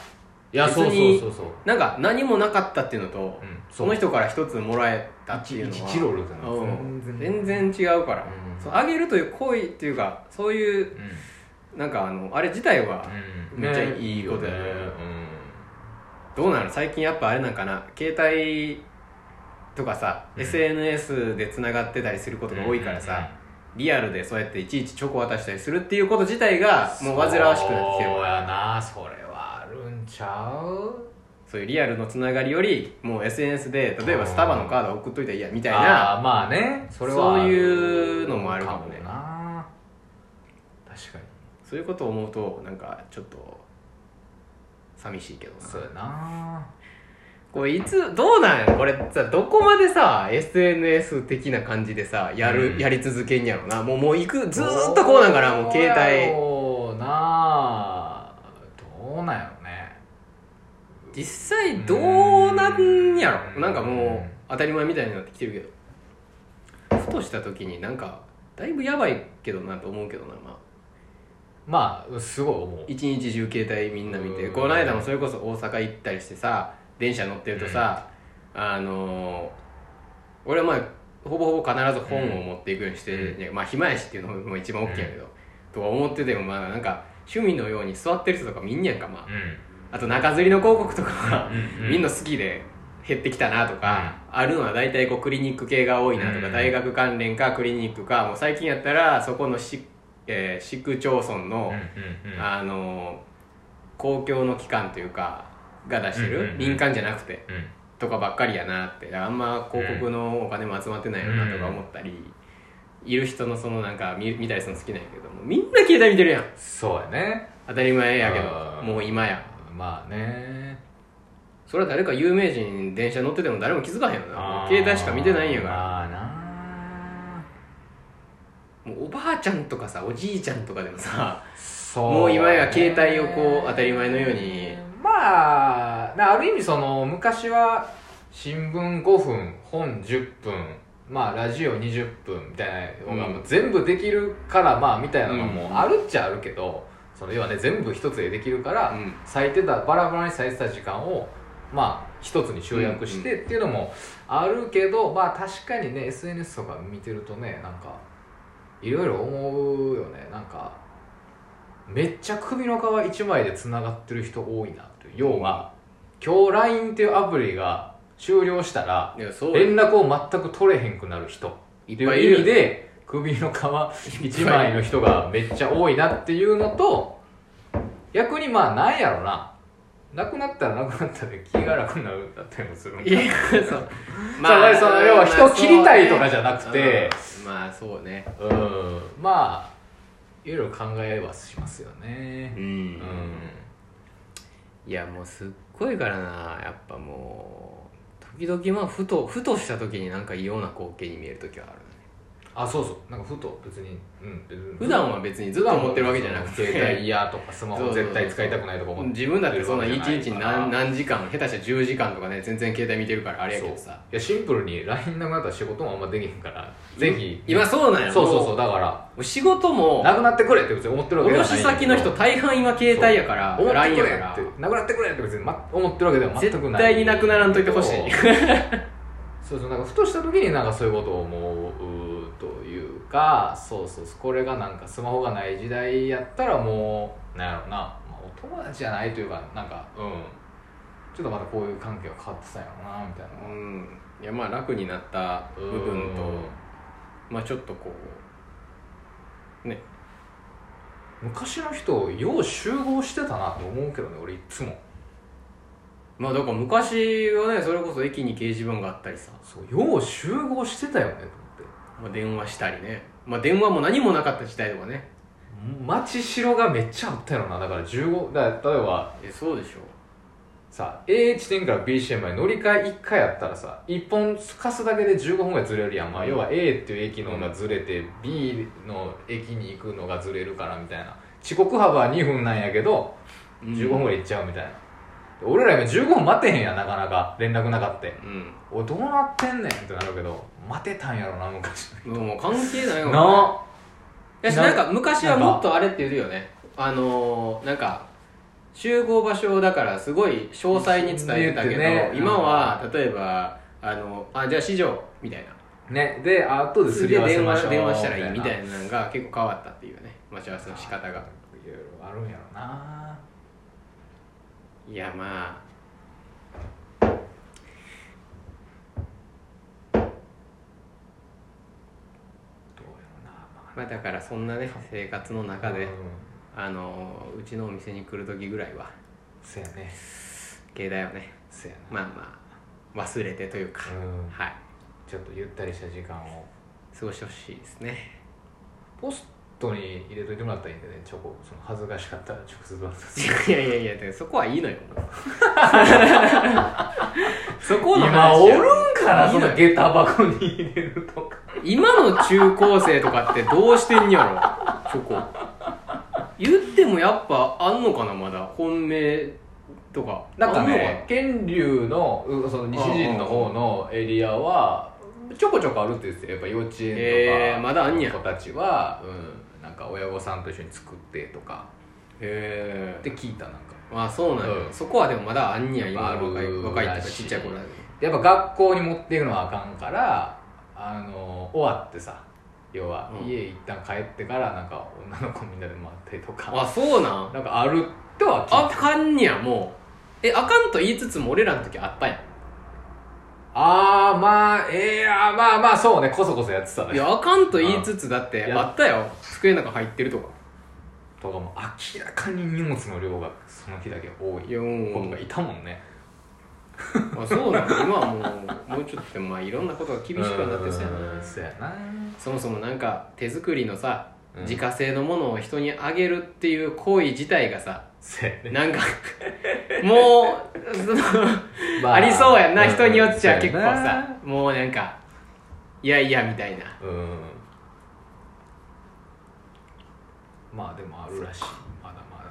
Speaker 1: や
Speaker 2: 別
Speaker 1: そうそう
Speaker 2: に
Speaker 1: そうそう
Speaker 2: なんか何もなかったっていうのと、
Speaker 1: うん
Speaker 2: その人から一つもらえたっていうのは
Speaker 1: 一一チロルじゃない
Speaker 2: うん
Speaker 1: 全然
Speaker 2: 全然違うから、
Speaker 1: うん
Speaker 2: そのあげるという行為っていうかそういう
Speaker 1: うん
Speaker 2: なんかあのあれ自体は
Speaker 1: うん
Speaker 2: めっちゃ
Speaker 1: ね
Speaker 2: いいことやね
Speaker 1: うん
Speaker 2: どうなの最近やっぱあれなんかな携帯とかさ、
Speaker 1: うん
Speaker 2: SNS でつながってたりすることが多いからさ、リアルでそうやっていちいちチョコ渡したりするっていうこと自体がもう煩わしくなってきてる
Speaker 1: そうやなそれはあるんちゃう
Speaker 2: そういうリアルのつながりよりもう SNS で例えばスタバのカード送っといたらいいやみたい
Speaker 1: あ
Speaker 2: な
Speaker 1: ーまあねそれは
Speaker 2: そういうのもあるかもね
Speaker 1: な確かに
Speaker 2: そういうことを思うとなんかちょっと寂しいけど
Speaker 1: そう
Speaker 2: な
Speaker 1: やな
Speaker 2: これいつどうなんやろこれさどこまでさ SNS 的な感じでさやる、
Speaker 1: うん
Speaker 2: やり続けんやろなもうもう行くずーっとこうなんかなもう携帯
Speaker 1: 帯なあどうなんやろね
Speaker 2: 実際どうなんや
Speaker 1: う
Speaker 2: ろ
Speaker 1: ん
Speaker 2: なんかもう当たり前みたいになってきてるけどふとした時になんかだいぶやばいけどなと思うけどなまあ
Speaker 1: まあすごい思う
Speaker 2: 一日中携帯みんな見て
Speaker 1: うん
Speaker 2: この間もそれこそ大阪行ったりしてさ電車乗ってるとさ、あのー俺はまあほぼほぼ必ず本を持っていくようにして、
Speaker 1: う
Speaker 2: まあ暇やしっていうのも一番大きいんやけど、とは思っててもまあなんか趣味のように座ってる人とか見んねやんかまああと中吊りの広告とかは
Speaker 1: うん
Speaker 2: みんな好きで減ってきたなとか、あるのは大体こうクリニック系が多いなとか、
Speaker 1: うん
Speaker 2: 大学関連かクリニックかもう最近やったらそこの市,、えー市区町村
Speaker 1: うん
Speaker 2: の、
Speaker 1: うんうん
Speaker 2: あのー公共の機関というかが出してる、
Speaker 1: うんうんうん
Speaker 2: 民間じゃなくて
Speaker 1: うん
Speaker 2: とかばっかりやなってあんま広告のお金も集まってないよなとか思ったり、いる人のそのなんか見見たりするの好きなんやけどもうみんな携帯見てるやん
Speaker 1: そうやね
Speaker 2: 当たり前やけ
Speaker 1: あー
Speaker 2: どもう今や。
Speaker 1: まあね
Speaker 2: それは誰か有名人電車乗ってても誰も気づかへんよな
Speaker 1: あー
Speaker 2: 携帯しか見てないんやから
Speaker 1: まあな
Speaker 2: もうおばあちゃんとかさおじいちゃんとかでもさ
Speaker 1: そ
Speaker 2: もう今や携帯をこう当たり前のように
Speaker 1: まあなある意味その昔は新聞5分本10分まあラジオ20分みたいなのが
Speaker 2: うん
Speaker 1: もう全部できるから、まあみたいなのが
Speaker 2: うん
Speaker 1: もうあるっちゃあるけど、その要はね全部一つでできるから、
Speaker 2: うん
Speaker 1: 咲いてたバラバラに咲いてた時間をまあ一つに集約してっていうのもあるけど、まあ確かにね SNS とか見てるとねなんかいろいろ思うよねなんかめっちゃ首の皮一枚でつながってる人多いなという要は今日 LINE っていうアプリが終了したら
Speaker 2: いやそう
Speaker 1: 連絡を全く取れへんくなる人って
Speaker 2: い
Speaker 1: い
Speaker 2: っぱいうい
Speaker 1: 意
Speaker 2: る
Speaker 1: 味
Speaker 2: よね
Speaker 1: で首の 皮一枚の人がめっちゃ多いなっていうのと逆にまあなんやろななくなったらなくなったで気が楽になるだったりもするん
Speaker 2: い
Speaker 1: か
Speaker 2: や そう
Speaker 1: そうその要は人を切りたいとかじゃなくて
Speaker 2: まあそうね
Speaker 1: うんまあいろいろ考えはしますよね
Speaker 2: うん、
Speaker 1: うん、
Speaker 2: いやもうすっごいからなやっぱもう時々まあふとふとした時になんか異様な光景に見える時はあるね
Speaker 1: あそうそうなんかふと別にうん別に
Speaker 2: 普段は別にずっと持ってるわけじゃなくて
Speaker 1: 携帯嫌とかスマホ絶対使いたくないとか思って
Speaker 2: 自分だってそんな一日に何
Speaker 1: い
Speaker 2: 何時間下手したら10時間とかね全然携帯見てるからあれやけどさ
Speaker 1: やシンプルに LINE なくなったら仕事もあんまできへんからぜひ
Speaker 2: 今そうなんや
Speaker 1: そうそうそううだから
Speaker 2: 仕事も
Speaker 1: なくなってくれって別に思ってるわけではない
Speaker 2: 卸先の人大半今携帯やか
Speaker 1: から思って
Speaker 2: LINE
Speaker 1: く
Speaker 2: や
Speaker 1: れ
Speaker 2: か
Speaker 1: ってなくなってくれって別に、ま、思ってるわけでは
Speaker 2: ら
Speaker 1: 全く
Speaker 2: 絶
Speaker 1: ない
Speaker 2: 対になくならんといてほしい
Speaker 1: そうそうなんかふとした時になんかそういうことを思うというかそうそうそうこれがなんかスマホがない時代やったらもうなんやろうな、まあ、お友達じゃないというかなんかうんちょっとまたこういう関係が変わってたんやろうなみたいな
Speaker 2: うんいやまあ楽になった部分と
Speaker 1: うん
Speaker 2: まあちょっとこうね
Speaker 1: 昔の人よう集合してたなと思うけどね俺いっつも
Speaker 2: まあだから昔はねそれこそ駅に掲示板があったりさ、
Speaker 1: そうよう集合してたよねと思って
Speaker 2: まあ、電話したりねまあ電話も何もなかった時代とかね
Speaker 1: 町城がめっちゃあったよなだから15だから例えば
Speaker 2: えそうでしょ
Speaker 1: さ A 地点から B 地点まで乗り換え1回やったらさ1本すかすだけで15分ぐらいずれるやん、まあ、要は A っていう駅のがずれて B の駅に行くのがずれるからみたいな遅刻幅は2分なんやけど
Speaker 2: うん
Speaker 1: 15分ぐらい行っちゃうみたいな、俺ら今15分待てへんやんなかなか連絡なかって
Speaker 2: うん
Speaker 1: おいどうなってんねんってなるけど待てたんやろな昔
Speaker 2: もうもう関係ないよ
Speaker 1: な
Speaker 2: やし
Speaker 1: な
Speaker 2: なんか昔はもっとあれって言うよねあのーなんか集合場所をだからすごい詳細に伝えてたけ
Speaker 1: 言っ
Speaker 2: ど、
Speaker 1: てね
Speaker 2: 今は例えばあのあじゃあ市場みたいな
Speaker 1: ねであとですり合わせ
Speaker 2: 電
Speaker 1: ましょ
Speaker 2: 話
Speaker 1: う
Speaker 2: 電話したらいいみたいなのが結構変わったっていうね待ち合わせの仕方が
Speaker 1: いろいろあるんやろない
Speaker 2: やま
Speaker 1: どうやろなま
Speaker 2: あまあだからそんなね生活の
Speaker 1: あ
Speaker 2: 中で
Speaker 1: うん
Speaker 2: あのーうちのお店に来る時ぐらいは
Speaker 1: せやね
Speaker 2: 携帯をね
Speaker 1: せやな
Speaker 2: まあまあ忘れてというか、
Speaker 1: うん
Speaker 2: はい
Speaker 1: ちょっとゆったりした時間を
Speaker 2: 過ごしてほしいですね
Speaker 1: ポストに入れといてもらったらいいんでねチョコその恥ずかしかったら直接渡す
Speaker 2: いやいやいやだからそこはいい のよそこの
Speaker 1: 今
Speaker 2: 話
Speaker 1: お
Speaker 2: や
Speaker 1: るんかない
Speaker 2: い
Speaker 1: そ
Speaker 2: の
Speaker 1: の下駄箱に入れるとか
Speaker 2: 今の中高生とかってどうしてんやろチョコ言ってもやっぱあんのかなまだ本命とか
Speaker 1: なんか
Speaker 2: あ
Speaker 1: ね県流のうその西陣の方のエリアはちょこちょこあるって言ってたよやっぱ幼稚園とか、
Speaker 2: へーまだあんねや
Speaker 1: 子たちは、うん、なんか親御さんと一緒に作ってとか
Speaker 2: へ
Speaker 1: っ
Speaker 2: え
Speaker 1: て聞いたなんか
Speaker 2: まあそうなんや、
Speaker 1: うん
Speaker 2: そこはでもまだあんにや今の若
Speaker 1: あ
Speaker 2: い
Speaker 1: る
Speaker 2: 若いっていう
Speaker 1: ら
Speaker 2: か
Speaker 1: しい
Speaker 2: ちっちゃい頃だけど
Speaker 1: やっぱ学校に持っていくのはあかんからあの終わってさ要は
Speaker 2: うん
Speaker 1: 家一旦帰ってからなんか女の子みんなで回ったりとか、
Speaker 2: あそうなん
Speaker 1: なんかあるっては聞い
Speaker 2: あかんにやもうえあかんと言いつつも俺らの時あったやん
Speaker 1: ああまあええやまあまあそうねこそこそやってた
Speaker 2: い
Speaker 1: ね
Speaker 2: やあかんと言いつつだって
Speaker 1: うん
Speaker 2: あったよ机の中入ってるとか
Speaker 1: とかも明らかに荷物の量がその日だけ多い
Speaker 2: いやもう
Speaker 1: 子とかいたもんね
Speaker 2: あそうなの今はもうもうちょっとまあいろんなことが厳しくはなってそうや
Speaker 1: うん
Speaker 2: な
Speaker 1: そうやな
Speaker 2: そもそもなんか手作りのさ、
Speaker 1: うん
Speaker 2: 自家製のものを人にあげるっていう行為自体がさ
Speaker 1: そうやね
Speaker 2: な んかもうその
Speaker 1: ま
Speaker 2: ありそうやんな人によっちゃ
Speaker 1: うん
Speaker 2: 結構さもうなんかいやいやみたいな
Speaker 1: うんまあでもあるらしいまだまだ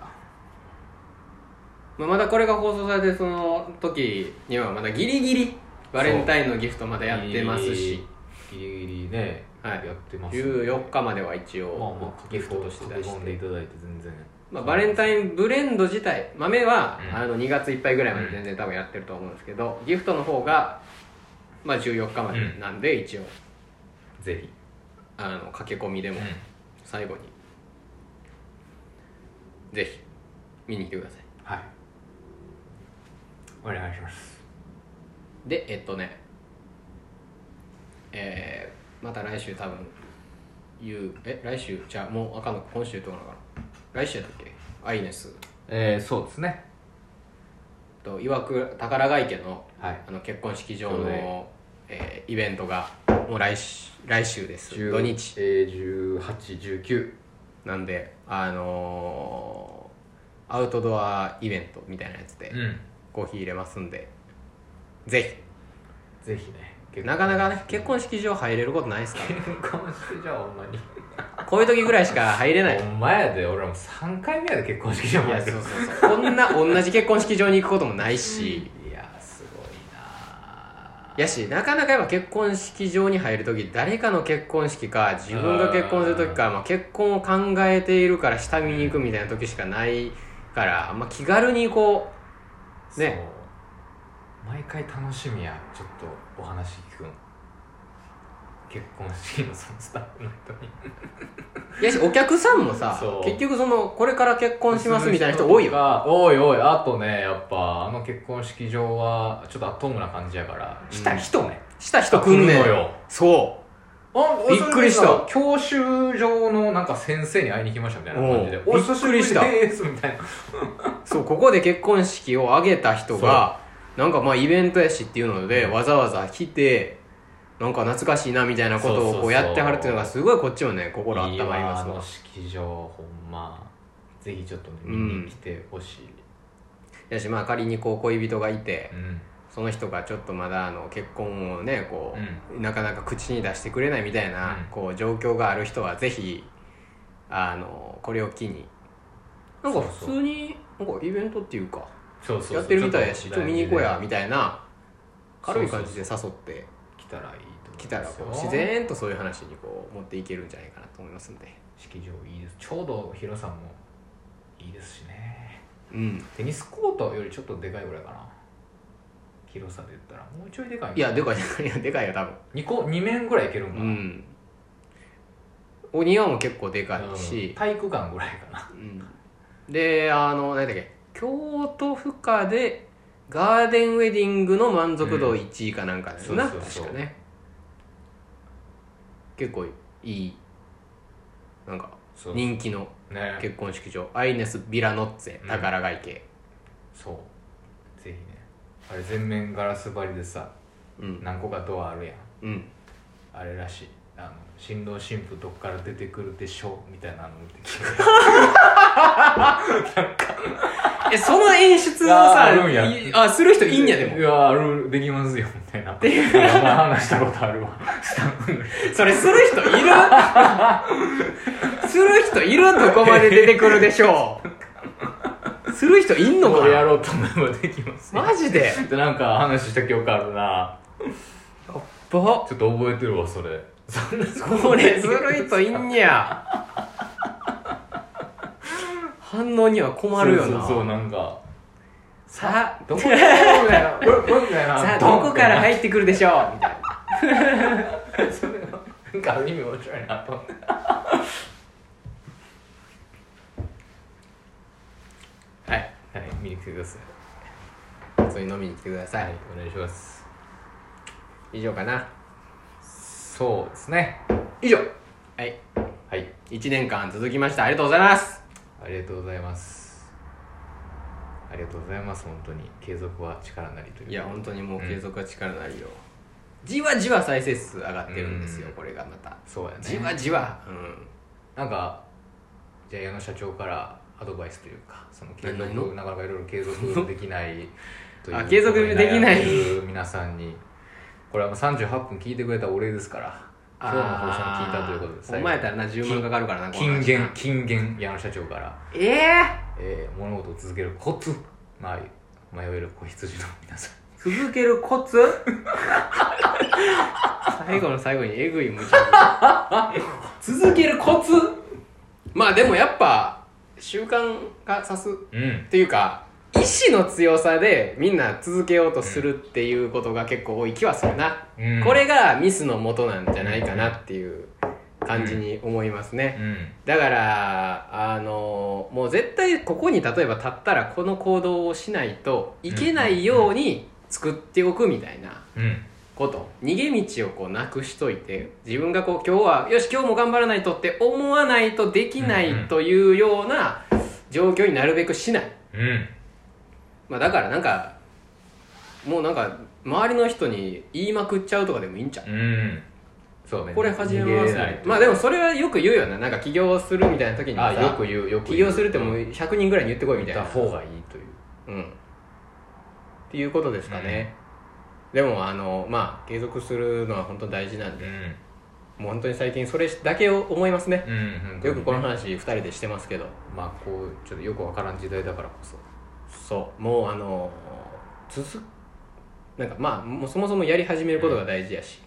Speaker 2: まあまだこれが放送されてその時にはまだギリギリバレンタインのギフトまだやってますし
Speaker 1: ギリギリね、
Speaker 2: はい
Speaker 1: やってます
Speaker 2: 14日までは一
Speaker 1: まあ
Speaker 2: 応
Speaker 1: まあ
Speaker 2: ギフトとして出
Speaker 1: 書き
Speaker 2: し
Speaker 1: 込ん
Speaker 2: て
Speaker 1: でいただいて全然
Speaker 2: まあ、バレンタインブレンド自体豆は、
Speaker 1: うん
Speaker 2: あの2月いっぱいぐらいまで全然多分やってると思うんですけど、ギフトの方が、まあ、14日までなんで、一応
Speaker 1: ぜひ
Speaker 2: あの駆け込みでも最後に、ぜひ見に来てください
Speaker 1: はいお願いします
Speaker 2: でえっとねえーまた来週多分言うえ来週じゃあもうあかんのか今週とかなのかな来週だっけアイネス
Speaker 1: えー、そうですね
Speaker 2: と岩倉宝ヶ池の
Speaker 1: はい
Speaker 2: あの結婚式場
Speaker 1: そう
Speaker 2: の
Speaker 1: ね、
Speaker 2: えーイベントがもう来し来週です
Speaker 1: 10
Speaker 2: 土日
Speaker 1: えー、1819
Speaker 2: なんであのーアウトドアイベントみたいなやつで
Speaker 1: ん
Speaker 2: コーヒー入れますんで、ぜ
Speaker 1: ぜひね
Speaker 2: ひなかなかね結婚式場入れることないですか
Speaker 1: 結婚式じゃあほんまに
Speaker 2: らこういう時ぐらいしか入れないい
Speaker 1: ほんまやで俺らも3回目やで結婚式じゃん
Speaker 2: やそうそうそうこんな同じ結婚式場に行くこともないし
Speaker 1: いやすごいな
Speaker 2: やしなかなかやっぱ結婚式場に入る時誰かの結婚式か自分が結婚する時かまあ、結婚を考えているから下見に行くみたいな時しかないから、まあ、気軽にこね
Speaker 1: そう毎回楽しみやちょっとお話聞くん結婚式のそのスタッフの人に
Speaker 2: いやしお客さんもさ
Speaker 1: そう
Speaker 2: 結局そのこれから結婚しますみたいな人多いよ
Speaker 1: 多い多いあとねやっぱあの結婚式場はちょっとアットホームな感じやから
Speaker 2: ん
Speaker 1: した人ね
Speaker 2: した人来んね
Speaker 1: 来るの
Speaker 2: ん
Speaker 1: よ
Speaker 2: そ
Speaker 1: あ
Speaker 2: びっくりした
Speaker 1: それでさ教習所のなんか先生に会いに来ましたみたいな感じで
Speaker 2: お
Speaker 1: お
Speaker 2: う
Speaker 1: 久しぶり
Speaker 2: びっくりした
Speaker 1: ですみたいな
Speaker 2: うそうここで結婚式を挙げた人がなんかまあイベントやしっていうのでわざわざ来てなんか懐かしいなみたいなこと
Speaker 1: そう
Speaker 2: を
Speaker 1: そう
Speaker 2: こ
Speaker 1: そう
Speaker 2: うやってはるっていうのがすごいこっちもね心温まります
Speaker 1: いやあ
Speaker 2: わ
Speaker 1: の式場ほんまぜひちょっとね見に来てほしい、
Speaker 2: やしまあ仮にこう恋人がいて
Speaker 1: うん
Speaker 2: その人がちょっとまだあの結婚をねこ
Speaker 1: う
Speaker 2: う、なかなか口に出してくれないみたいな、
Speaker 1: うん
Speaker 2: こう状況がある人はぜひあのこれを機になんか普通になんかイベントっていうか
Speaker 1: そうそうそう
Speaker 2: やってるみたいやしちょっと見に行こうやみ
Speaker 1: い
Speaker 2: たいな軽い感じで
Speaker 1: で
Speaker 2: 誘って
Speaker 1: 来たらいいと思いますよ
Speaker 2: きたらこう自然とそういう話にこう持っていけるんじゃないかなと思いますんで
Speaker 1: 式場いいですちょうど広さもいいですしね
Speaker 2: うん
Speaker 1: テニスコートよりちょっとでかいぐらいかな広さで言ったらもうちょいでかい
Speaker 2: いやでかいでかいいやでかいよ多分
Speaker 1: 2, 個2面ぐらいいけるんか
Speaker 2: う
Speaker 1: な、
Speaker 2: んお庭も結構でか
Speaker 1: うん
Speaker 2: いし、
Speaker 1: 体育館ぐらいかな
Speaker 2: うんであの何だっけ京都府下でガーデンウェディングの満足度1位かなんかですな、
Speaker 1: うんそうそうそう
Speaker 2: 確かね結構いいなんか
Speaker 1: そう
Speaker 2: 人気の
Speaker 1: ね
Speaker 2: 結婚式場アイネス・ビラノッツ
Speaker 1: う
Speaker 2: ェ
Speaker 1: ん
Speaker 2: 宝貝家
Speaker 1: そうぜひねあれ全面ガラス張りでさ
Speaker 2: うん
Speaker 1: 何個かドアあるやん
Speaker 2: うん
Speaker 1: あれらしいあの新郎新婦どっから出てくるでしょうみたいなの見てきて
Speaker 2: えその演出を
Speaker 1: あ
Speaker 2: さ
Speaker 1: あるんや
Speaker 2: いあする人 いいんやで
Speaker 1: い
Speaker 2: も
Speaker 1: やあるできますよみたいなっていう話したことあ るわ
Speaker 2: それする人いる する人いるどこまで出てくるでしょうする人いんの
Speaker 1: こ
Speaker 2: か
Speaker 1: れや
Speaker 2: な
Speaker 1: ろうと思えばできますよ
Speaker 2: マジで
Speaker 1: でなんか話した記憶あるな
Speaker 2: ぼ
Speaker 1: ちょっと覚えてるわそれそんな
Speaker 2: これずるいといんにゃ反応には困るよな
Speaker 1: そうそうそうなん か
Speaker 2: さ
Speaker 1: どこ みたいなこれこれみたい
Speaker 2: あ
Speaker 1: な
Speaker 2: さあどこから
Speaker 1: 入
Speaker 2: 入ってくるでしょうみたいな
Speaker 1: なんかある意味面白いなと思って
Speaker 2: はい
Speaker 1: はい見に来てください
Speaker 2: それ飲みに来てください、
Speaker 1: はいお願いします
Speaker 2: 以上かな
Speaker 1: そうですね
Speaker 2: 以上はい
Speaker 1: はい
Speaker 2: 1年間続きましたありがとうございます
Speaker 1: ありがとうございますありがとうございます本当に継続は力なりという
Speaker 2: いや本当にもう継続は力なりよ、じわじわ再生数上がってるんですよ、
Speaker 1: うん
Speaker 2: これがまた
Speaker 1: そうやね
Speaker 2: じわじわ、うん、
Speaker 1: なんかじゃあ矢野社長からアドバイスというかその継
Speaker 2: 何々の
Speaker 1: 続なかなかいろいろ継続できないという
Speaker 2: あ継続できない
Speaker 1: ことに悩んでる皆さんにこれはもう38分聞いてくれたお礼ですから今日の放送も聞いたということで
Speaker 2: お前やったらな10万かかるからなこの
Speaker 1: 金
Speaker 2: 話
Speaker 1: 言金言矢野社長から、
Speaker 2: ええ
Speaker 1: えー物事を続けるコツまあ迷える子羊の皆さん
Speaker 2: 続けるコツ 最後の最後にえぐい無茶ぶり続けるコツ まあでもやっぱ習慣がさす
Speaker 1: うん
Speaker 2: っていうか意志の強さでみんな続けようとするっていうことが結構多い気はするな、
Speaker 1: うん
Speaker 2: これがミスの元なんじゃないかなっていう感じに思いますね、
Speaker 1: うん
Speaker 2: だからあのもう絶対ここに例えば立ったらこの行動をしないといけないように作っておくみたいな
Speaker 1: うん
Speaker 2: こと逃げ道をこうなくしといて自分がこう今日はよし今日も頑張らないとって思わないとできないというような状況になるべくしない
Speaker 1: うん
Speaker 2: まあ、だからなんかもうなんか周りの人に言いまくっちゃうとかでもいいんちゃう
Speaker 1: うんそうね
Speaker 2: これ始めま
Speaker 1: 逃
Speaker 2: す
Speaker 1: げない
Speaker 2: まあでもそれはよく言うよななんか起業するみたいな時に
Speaker 1: あ
Speaker 2: さ
Speaker 1: よく言うよく
Speaker 2: 起
Speaker 1: 言う
Speaker 2: 業するってもう100人ぐらいに言ってこいみたい
Speaker 1: た
Speaker 2: な
Speaker 1: 方がいいという
Speaker 2: うんっていうことですかね、でもあのまあ継続するのは本当に大事なんで
Speaker 1: う
Speaker 2: もう本当に最近それだけを思いますね
Speaker 1: ん、うん本当に
Speaker 2: よくこの話2人でしてますけど
Speaker 1: まあこうちょっとよくわからん時代だからこそ
Speaker 2: そうもうあの続なんかまあもうそもそもやり始めることが大事やし、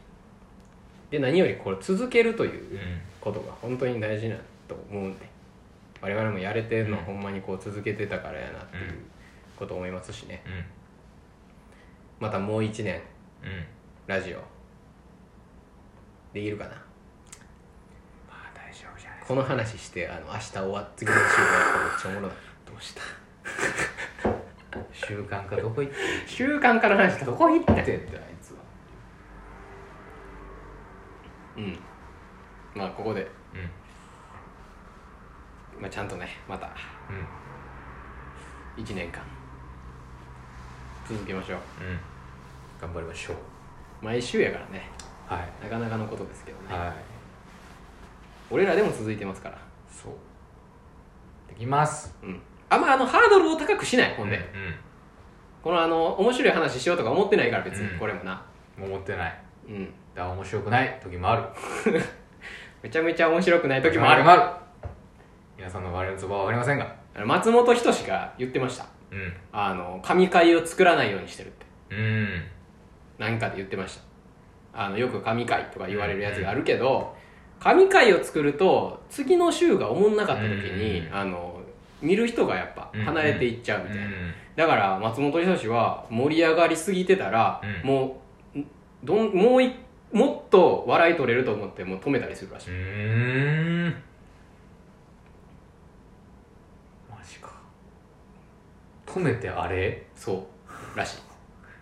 Speaker 2: で何よりこれ続けるといううんことが本当に大事なと思うんで我々もやれてるのはほんまにこう続けてたからやなっていうこと思いますしねまたもう1年
Speaker 1: うん
Speaker 2: ラジオできるかな
Speaker 1: まあ大丈夫じゃない
Speaker 2: この話してあの明日終わっ次の週終わったらめっちゃおもろい
Speaker 1: どうした習慣化どこ行っ
Speaker 2: 習慣化の話どこ行ってて
Speaker 1: んってあいつは
Speaker 2: うんまあここで、
Speaker 1: う
Speaker 2: まあ、ちゃんとねまた
Speaker 1: んうん
Speaker 2: 1年間続けましょう
Speaker 1: うん頑張りましょう
Speaker 2: 毎週やからね
Speaker 1: はい
Speaker 2: なかなかのことですけどね、
Speaker 1: はい
Speaker 2: 俺らでも続いてますから
Speaker 1: そうできます
Speaker 2: うんあんまあのハードルを高くしないほ
Speaker 1: ほ
Speaker 2: ん
Speaker 1: ん
Speaker 2: で、
Speaker 1: で
Speaker 2: このあの面白い話しようとか思ってないから別に、
Speaker 1: うん
Speaker 2: これもな
Speaker 1: うん思ってない
Speaker 2: うん
Speaker 1: だから面白くない時もある
Speaker 2: めちゃめちゃ面白くない時もある
Speaker 1: ある皆さんの我々のツボは分かりませんが
Speaker 2: あの松本人志が言ってました
Speaker 1: うん
Speaker 2: あの神回を作らないようにしてるって
Speaker 1: うん
Speaker 2: なんかで言ってましたあのよく神回とか言われるやつがあるけど神回を作ると次の週がおもんなかった時に、
Speaker 1: うん
Speaker 2: あの見る人がやっぱ離れていっちゃうみたいな、
Speaker 1: うん
Speaker 2: だから松本人志は盛り上がりすぎてたら、
Speaker 1: うん
Speaker 2: もうんどんもういもっと笑い取れると思ってもう止めたりするら
Speaker 1: う
Speaker 2: しい、
Speaker 1: ーんマジか止めてあれ
Speaker 2: そうらしい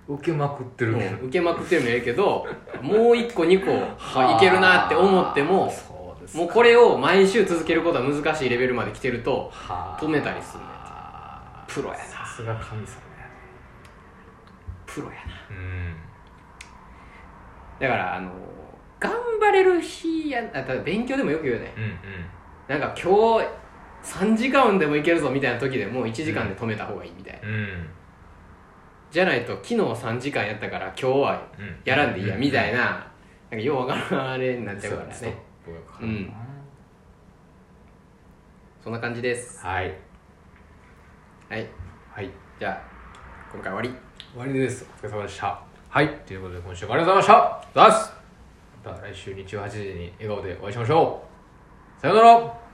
Speaker 1: 受けまくってる
Speaker 2: もう受けまくってもええけどもう一個二個あいけるなって思っても
Speaker 1: そうです
Speaker 2: もうこれを毎週続けることは難しいレベルまで来てると
Speaker 1: はあ
Speaker 2: 止めたりすんねん
Speaker 1: はあ
Speaker 2: プロやな
Speaker 1: さすが神様やね
Speaker 2: プロやな
Speaker 1: うん
Speaker 2: だからあの頑張れる日やあただ勉強でもよく言うよね
Speaker 1: うん
Speaker 2: なんか今日3時間でもいけるぞみたいな時でもう1時間で止めた方がいいみたいな、
Speaker 1: うんうん
Speaker 2: じゃないと昨日3時間やったから今日は
Speaker 1: うん
Speaker 2: やらんでいいやみたい
Speaker 1: な
Speaker 2: な,、なんかようわからんあれになっちゃうから
Speaker 1: ストッ
Speaker 2: ね
Speaker 1: プがかか
Speaker 2: う
Speaker 1: るなん
Speaker 2: そんな感じです
Speaker 1: はい
Speaker 2: はい
Speaker 1: はい
Speaker 2: じゃあ今回終わり
Speaker 1: 終わりですお疲れ様でしたはいということで今週もありがとうございました
Speaker 2: ざっす
Speaker 1: また来週日曜8時に笑顔でお会いしましょうさようなら